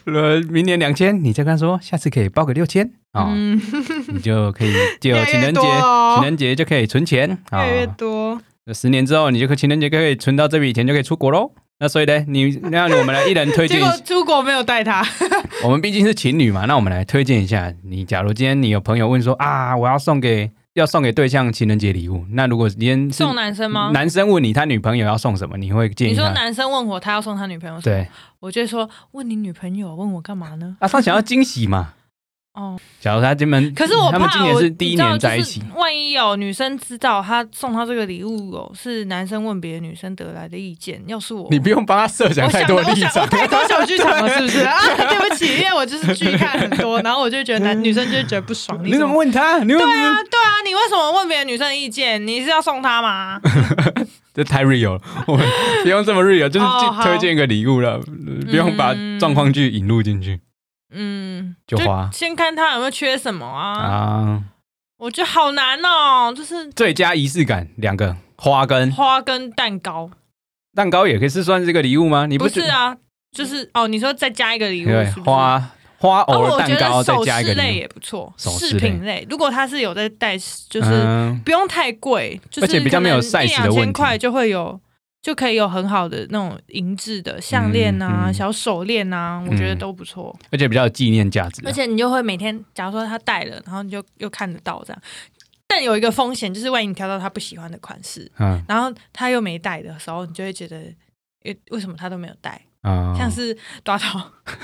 Speaker 1: 呃，明年两千，你再跟他说下次可以包个六千啊，哦
Speaker 3: 嗯，
Speaker 1: 你就可 以就
Speaker 3: 越来越
Speaker 1: 情人节，
Speaker 3: 多了哦
Speaker 1: 情人节就可以存钱
Speaker 3: 越
Speaker 1: 啊。
Speaker 3: 来越多，
Speaker 1: 那十年之后，你就可情人节可以存到这笔钱，就可以出国喽。那所以呢，你那我们来一人推
Speaker 3: 结
Speaker 1: 荐一下
Speaker 3: 果出国没有带他，
Speaker 1: 我们毕竟是情侣嘛，那我们来推荐一下。你假如今天你有朋友问说啊，我要送给要送给对象情人节礼物，那如果今天是
Speaker 2: 送男生吗？
Speaker 1: 男啊生问你他女朋友要送什么，你会建
Speaker 2: 你
Speaker 1: 议
Speaker 2: 说
Speaker 1: 他？
Speaker 2: 男生问我他要送他女朋友什么，
Speaker 1: 对，
Speaker 2: 我就会说问你女朋友问我干嘛呢？
Speaker 1: 啊，他想要惊喜嘛。
Speaker 2: 哦，
Speaker 1: 假如他这门，
Speaker 2: 可是我
Speaker 1: 嗯他
Speaker 2: 怕
Speaker 1: 们今年
Speaker 2: 我
Speaker 1: 是第一年在一起
Speaker 2: 你知道就是万一有女生知道他送她这个礼物哦，是男生问别的女生得来的意见，要是我，
Speaker 1: 你不用帮他设想
Speaker 2: 我
Speaker 1: 太
Speaker 2: 想
Speaker 1: 多
Speaker 2: 我
Speaker 1: 立
Speaker 2: 想我
Speaker 1: 场。
Speaker 2: 太多小剧场了，是不是啊？对不起，因为我就是剧看很多，然后我就觉得男女生就会觉得不爽。
Speaker 1: 嗯你怎么？问他？你为什
Speaker 2: 对
Speaker 1: 么？
Speaker 2: 啊，对啊，你为什么问别的女生的意见？你是要送她吗？
Speaker 1: 这太 real 了，我们不用这么 real，就是
Speaker 2: 哦
Speaker 1: 就
Speaker 2: 好
Speaker 1: 推荐一个礼物了，不用把
Speaker 2: 嗯
Speaker 1: 状况剧引入进去
Speaker 2: 嗯，
Speaker 1: 就花
Speaker 2: 先看他有没有缺什么啊。
Speaker 1: 啊。
Speaker 2: 我觉得好难哦，就是
Speaker 1: 最佳仪式感两个花跟
Speaker 2: 花跟蛋糕，
Speaker 1: 蛋糕也可以是算这个礼物吗？你
Speaker 2: 不
Speaker 1: 觉嗯
Speaker 2: 是啊，就是哦，你说再加一个礼物
Speaker 1: 对
Speaker 2: 是不是，
Speaker 1: 花花
Speaker 2: 哦，
Speaker 1: 偶
Speaker 2: 我
Speaker 1: 尔
Speaker 2: 觉
Speaker 1: 蛋糕
Speaker 2: 得
Speaker 1: 再
Speaker 2: 首
Speaker 1: 加一个
Speaker 2: 饰类
Speaker 1: 礼物，
Speaker 2: 也不错，
Speaker 1: 首饰
Speaker 2: 饰品类，如果它是有在带，就是
Speaker 1: 嗯
Speaker 2: 不用太贵，就是
Speaker 1: 而且比较没有 size 的问
Speaker 2: 一两
Speaker 1: 题
Speaker 2: 千块就会有。就可以有很好的那种银质的项链啊、
Speaker 1: 嗯嗯
Speaker 2: 小手链啊，我觉得
Speaker 1: 嗯
Speaker 2: 都不错。
Speaker 1: 而且比较有纪念价值啊
Speaker 2: 而。且你就会每天，假如说他戴了，然后你就又看得到这样。但有一个风险，就是万一你挑到他不喜欢的款式，
Speaker 1: 嗯
Speaker 2: 然后他又没戴的时候，你就会觉得，诶，为什么他都没有戴？
Speaker 1: 啊
Speaker 2: 像是短桃，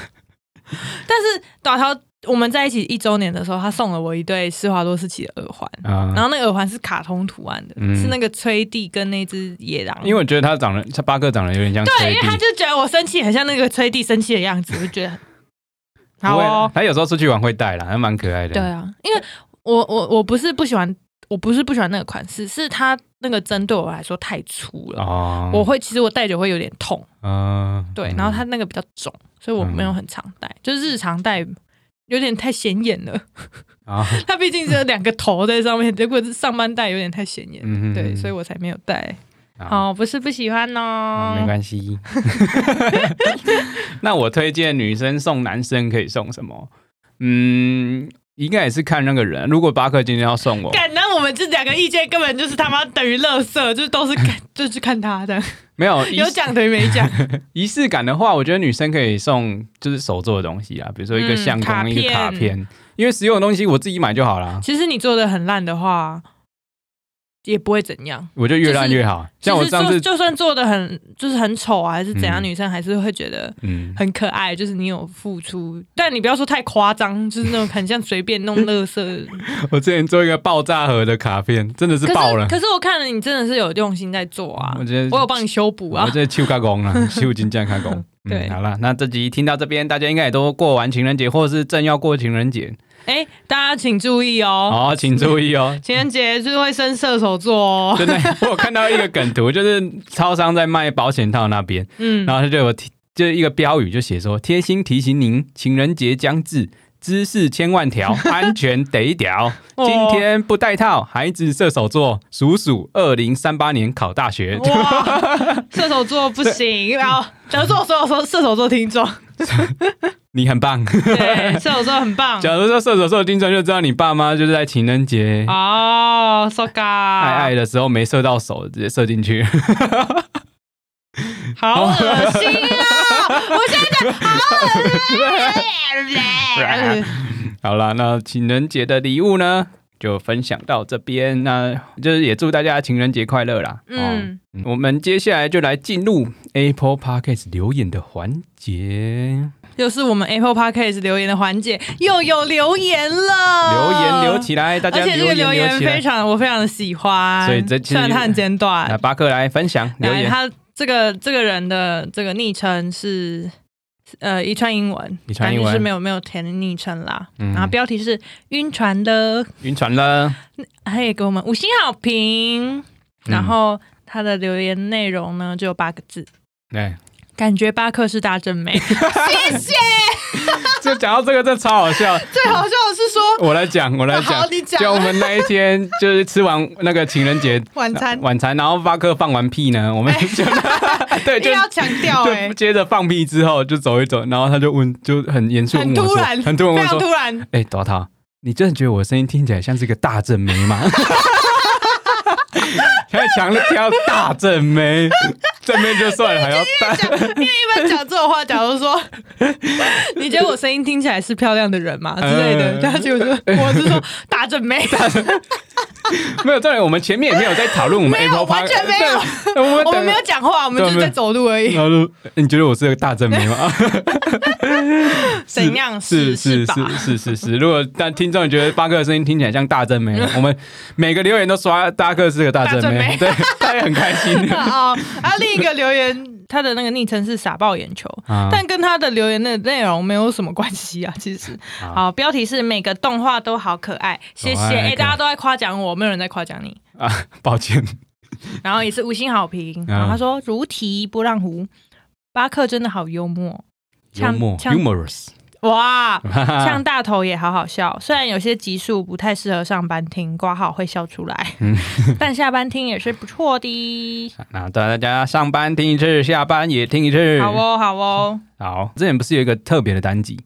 Speaker 2: 但是短桃我们在一起一周年的时候，他送了我一对施华洛世奇的耳环，
Speaker 1: 啊
Speaker 2: 然后那个耳环是卡通图案的，
Speaker 1: 嗯
Speaker 2: 是那个崔弟跟那只野狼，
Speaker 1: 因为我觉得他长得，他八哥长得有点像
Speaker 2: 对，
Speaker 1: 崔
Speaker 2: 因为
Speaker 1: 弟
Speaker 2: 他，就觉得我生气很像那个崔弟生气的样子，我就觉得
Speaker 1: 不
Speaker 2: 好
Speaker 1: 会
Speaker 2: 哦，
Speaker 1: 他有时候出去玩会带啦，还蛮可爱的。
Speaker 2: 对啊，因为我我我不是不喜欢，我不是不喜欢那个款式，是它那个针对我来说太粗了。
Speaker 1: 哦，
Speaker 2: 我会，其实我戴久会有点痛，
Speaker 1: 嗯
Speaker 2: 对，然后它那个比较肿，所以我没有很常戴，就是日常戴有点太显眼了。
Speaker 1: 啊，
Speaker 2: 它毕竟只有两个头在上面，结果是上班戴有点太显眼，
Speaker 1: 嗯
Speaker 2: 对，所以
Speaker 1: 我
Speaker 2: 我才没有戴。
Speaker 1: 好
Speaker 2: 哦，不是不喜欢哦
Speaker 1: 好，，啊没关 系。那我推荐女生送男生可以送什么？嗯，应该也是看那个人。如果巴克今天要送我，
Speaker 2: 干，那我们这两个意见根本就是他妈等于垃圾，就是都 是看，就是看他的，
Speaker 1: 没有仪
Speaker 2: 有讲等于没 讲。
Speaker 1: 仪式感的话，我觉得女生可以送就是手做的东西啊，比如说一个
Speaker 2: 嗯
Speaker 1: 相
Speaker 2: 卡
Speaker 1: 公、一个卡
Speaker 2: 片
Speaker 1: 片，因为实用的东西我自己买就好啦，
Speaker 2: 其实你做的很烂的话，也不会怎样。
Speaker 1: 我就越烂越好。像我
Speaker 2: 其实
Speaker 1: 上次
Speaker 2: 就就算做的很就是很丑啊，还是怎样，
Speaker 1: 嗯
Speaker 2: 女生还是会觉得
Speaker 1: 嗯，
Speaker 2: 很可爱，就是你有付出，但你不要说太夸张，就是那种很像随便弄垃圾。
Speaker 1: 我之前做一个爆炸盒的卡片，真的是
Speaker 2: 可
Speaker 1: 爆了
Speaker 2: 是。可是我看了你真的是有用心在做啊，
Speaker 1: 我觉得
Speaker 2: 我有帮你修补啊
Speaker 1: 我。这秋卡工啊 了，秋金酱卡工。
Speaker 2: 对
Speaker 1: 嗯，好了，那这集听到这边，大家应该也都过完情人节，或是正要过情人节，
Speaker 2: 哎、大家请注意哦，。
Speaker 1: 哦，请注意哦
Speaker 2: 情人节就是会生射手座哦。
Speaker 1: 真的，我有看到一个梗图，就是超商在卖保险套那边，
Speaker 2: 嗯，
Speaker 1: 然后他就有提就是一个标语，就写说贴心提醒您，情人节将至，知识千万条，安全得屌。 今
Speaker 2: 哦
Speaker 1: 天不戴套，孩子射手座，鼠鼠二零三八年考大学。
Speaker 2: 哦哇，射手座不行，然后得罪所有说射手座听众，
Speaker 1: 你很棒。
Speaker 2: 对，射手座很棒。
Speaker 1: 假如说射手座的听众就知道你爸妈就是在情人节
Speaker 2: 哦，so ga，
Speaker 1: 爱爱的时候没射到手，直接射进去。
Speaker 2: 好恶心 啊！我现在讲好恶心。啊
Speaker 1: 好啦，那情人节的礼物呢，就分享到这边。那就是也祝大家情人节快乐啦。哦
Speaker 2: 嗯，
Speaker 1: 我们接下来就来进入 Apple Podcast 留言的环节，
Speaker 2: 又是我们 Apple Podcast 留言的环节，又有留言
Speaker 1: 留
Speaker 2: 了，
Speaker 1: 言留。起来，大
Speaker 2: 而
Speaker 1: 家
Speaker 2: 且这个
Speaker 1: 留
Speaker 2: 留
Speaker 1: 言留
Speaker 2: 言
Speaker 1: 起
Speaker 2: 非
Speaker 1: 来。
Speaker 2: 常，我非常的喜欢，
Speaker 1: 所以这期
Speaker 2: 虽然它很简短
Speaker 1: 那，巴克来分享留
Speaker 2: 来
Speaker 1: 言，
Speaker 2: 他这个这个人的这个昵称是呃一串英文，
Speaker 1: 一串英文
Speaker 2: 反正就是没有没有填昵称啦。
Speaker 1: 嗯
Speaker 2: 然后标题是晕船的，
Speaker 1: 晕船了。
Speaker 2: 他也给我们五星好评。
Speaker 1: 嗯
Speaker 2: 然后他的留言内容呢就有八个字，
Speaker 1: 对，
Speaker 2: 感觉巴克是大正妹。 谢谢。
Speaker 1: 就讲到这个，这超好笑。
Speaker 2: 最好笑的是说
Speaker 1: 我来讲，我来讲
Speaker 2: 好你，讲
Speaker 1: 就我们那一天就是吃完那个情人节
Speaker 2: 晚餐
Speaker 1: 晚餐，然后巴克放完屁呢，我们 就对，
Speaker 2: 一
Speaker 1: 就
Speaker 2: 定要强调哎
Speaker 1: 就，接着放屁之后就走一走，然后他就问，就很严肃地
Speaker 2: 很
Speaker 1: 问我
Speaker 2: 突
Speaker 1: 说，
Speaker 2: 然，
Speaker 1: 很突然问
Speaker 2: 非
Speaker 1: 我
Speaker 2: 常
Speaker 1: 说，
Speaker 2: 突然。
Speaker 1: 哎，朵涛，你真的觉得我声音听起来像是一个大正妹吗？ 他强烈挑大正妹， 正妹就算了，还要大，
Speaker 2: 因为一般讲这种话，假 如说你觉得我声音听起来是漂亮的人嘛之类的，
Speaker 1: 嗯
Speaker 2: 但是我说我是说大正 妹，
Speaker 1: 没有重点。我们前面也没有在讨论我们
Speaker 2: 没有
Speaker 1: Apple
Speaker 2: 完
Speaker 1: Park，
Speaker 2: 全没有，
Speaker 1: 对，我们
Speaker 2: 我
Speaker 1: 等
Speaker 2: 们没有讲话，我们就是在走路而已
Speaker 1: 然。后就你觉得我是个大正妹吗？
Speaker 2: 怎样？
Speaker 1: 是是
Speaker 2: 吧？。
Speaker 1: 是是是 是。如果但听众觉得巴克的声音听起来像大正妹，我们每个留言都刷巴克是个大正妹，对， 他也很开心
Speaker 2: 啊，啊！另一个留言，他的那个昵称是傻爆眼球，
Speaker 1: 啊
Speaker 2: 但跟他的留言的内容没有什么关系啊。其实，
Speaker 1: 啊
Speaker 2: 好，标题是每个动画都好可爱，谢谢。
Speaker 1: 好可爱
Speaker 2: 哎，大家都在夸奖我，没有人在夸奖你。
Speaker 1: 啊，抱歉，
Speaker 2: 然后也是五星好
Speaker 1: 嗯
Speaker 2: 评。然后他说：“如题不让胡，巴克真的好幽默，
Speaker 1: 幽默
Speaker 2: 呛
Speaker 1: humorous，
Speaker 2: 哇！
Speaker 1: 哈
Speaker 2: 像
Speaker 1: 哈
Speaker 2: 大头也好好笑，虽然有些集数不太适合上班听，挂号会笑出来，
Speaker 1: 嗯
Speaker 2: 但下班听也是不错的。
Speaker 1: 那大家上班听一次，下班也听一次。
Speaker 2: 好哦，好哦。
Speaker 1: 好，之前不是有一个特别的单集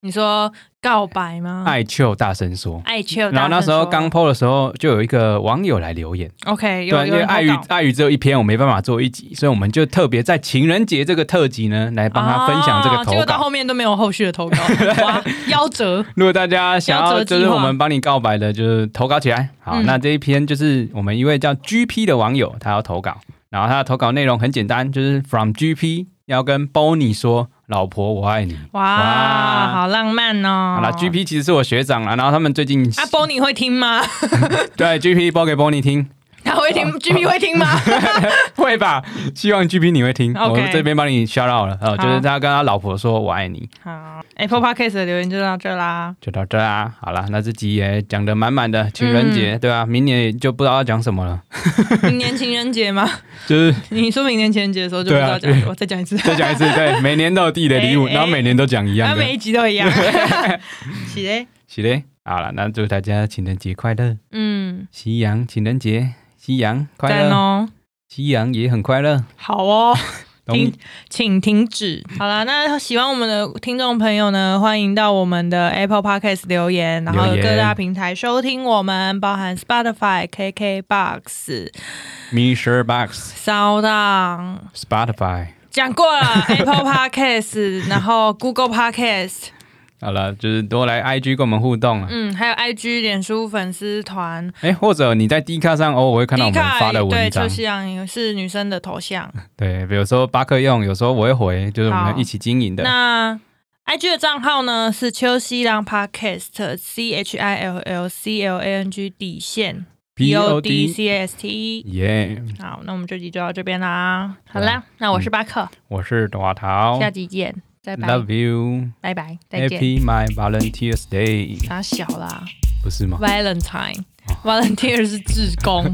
Speaker 2: 你说告白吗？
Speaker 1: 《爱秋大声说》。
Speaker 2: 爱嗯秋，
Speaker 1: 然后那时候刚 PO 的时候，就有一个网友来留言，
Speaker 2: OK，有
Speaker 1: 对，因
Speaker 2: 有
Speaker 1: 为
Speaker 2: 人投
Speaker 1: 爱语
Speaker 2: 稿
Speaker 1: 爱语只有一篇，我没办法做一集，所以我们就特别在情人节这个特辑呢，来帮他分享这个
Speaker 2: 哦结
Speaker 1: 投
Speaker 2: 果到
Speaker 1: 稿。
Speaker 2: 后面都没有后续 的投稿，哇，夭折。
Speaker 1: 如果大家想
Speaker 2: 夭
Speaker 1: 要
Speaker 2: 折计
Speaker 1: 就
Speaker 2: 划
Speaker 1: 是我们帮你告白的，就是投稿起来。好，
Speaker 2: 嗯
Speaker 1: 那这一篇就是我们一位叫 GP 的网友，他要投稿，然后他的投稿内容很简单，就是 From GP 要跟 Bonnie 说：“老婆，我爱
Speaker 2: 哦
Speaker 1: 你。”
Speaker 2: 哇，
Speaker 1: 哇
Speaker 2: 好浪漫哦！
Speaker 1: 好啦 g p 其实是我学长啦，然后他们最近
Speaker 2: 阿波你会听吗？
Speaker 1: 对 GP 播给 Bonnie 听，
Speaker 2: 他会听 GP 会听吗？
Speaker 1: 会吧？希望 GP 你会听，我
Speaker 2: OK
Speaker 1: 这边帮你 shout out 了，呃，就是他跟他老婆说我爱你，
Speaker 2: 好，Apple Podcast 的留言就到这啦。
Speaker 1: 就到这啦。好啦，那这集也讲得满满的，情
Speaker 2: 嗯
Speaker 1: 人节对吧、啊明年就不知道要讲什么 了，
Speaker 2: 明年情人节吗？
Speaker 1: 就是
Speaker 2: 你说明年情人节的时候就不知道
Speaker 1: 对啊
Speaker 2: 讲，我再讲一次。
Speaker 1: 再讲一次，对，每年都有自己的礼物，
Speaker 2: 哎哎
Speaker 1: 然后每年都讲一
Speaker 2: 他
Speaker 1: 样
Speaker 2: 每
Speaker 1: 的，
Speaker 2: 一集都一 样。起嘞，
Speaker 1: 是嘞。好了，那祝大家情人节快乐，
Speaker 2: 嗯，
Speaker 1: 夕阳情人节，夕阳快
Speaker 2: 赞
Speaker 1: 乐，
Speaker 2: 哦，
Speaker 1: 西洋也很快乐。
Speaker 4: 好哦，
Speaker 1: 东
Speaker 4: 听请停止。
Speaker 2: 好啦，那喜欢我们的听众朋友呢，欢迎到我们的 Apple Podcast 留言，然后
Speaker 1: 留言
Speaker 2: 各大平台收听我们，包含 Spotify、KKBox、
Speaker 1: Mr. Box、
Speaker 2: 骚荡，
Speaker 1: Spotify，
Speaker 2: 讲过 了 Apple Podcast，然后 Google Podcast，
Speaker 1: 好了，就是多来 IG 跟我们互动啊。
Speaker 2: 嗯，还有 IG、脸书粉丝团，
Speaker 1: 哎、或者你在 D 卡上偶尔会看到我们发的
Speaker 2: Dcard，对，
Speaker 1: 文
Speaker 2: 就
Speaker 1: 章，
Speaker 2: 像也是女生的头像。
Speaker 1: 对，比如说巴克用，有时候我会回，就是我们一起经营的。
Speaker 2: 那 IG 的账号呢是秋西郎 Podcast C H I L L C L A N G 底线
Speaker 1: P O
Speaker 2: D
Speaker 1: D，
Speaker 2: C A S T E。
Speaker 1: 耶，
Speaker 2: 好，那我们这集就到这边啦。好
Speaker 1: 对啊
Speaker 2: 啦，那我是巴克，
Speaker 1: 我是朵桃
Speaker 2: 下集见，拜拜，
Speaker 1: ，Love you。
Speaker 2: 拜拜，再见。
Speaker 1: Happy My Volunteers Day，
Speaker 2: 傻小啦
Speaker 1: 不是吗？
Speaker 2: ，Valentine。Volunteer 是志工，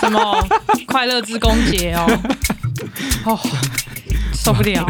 Speaker 2: 什么快乐志工节哦，哦，受不了。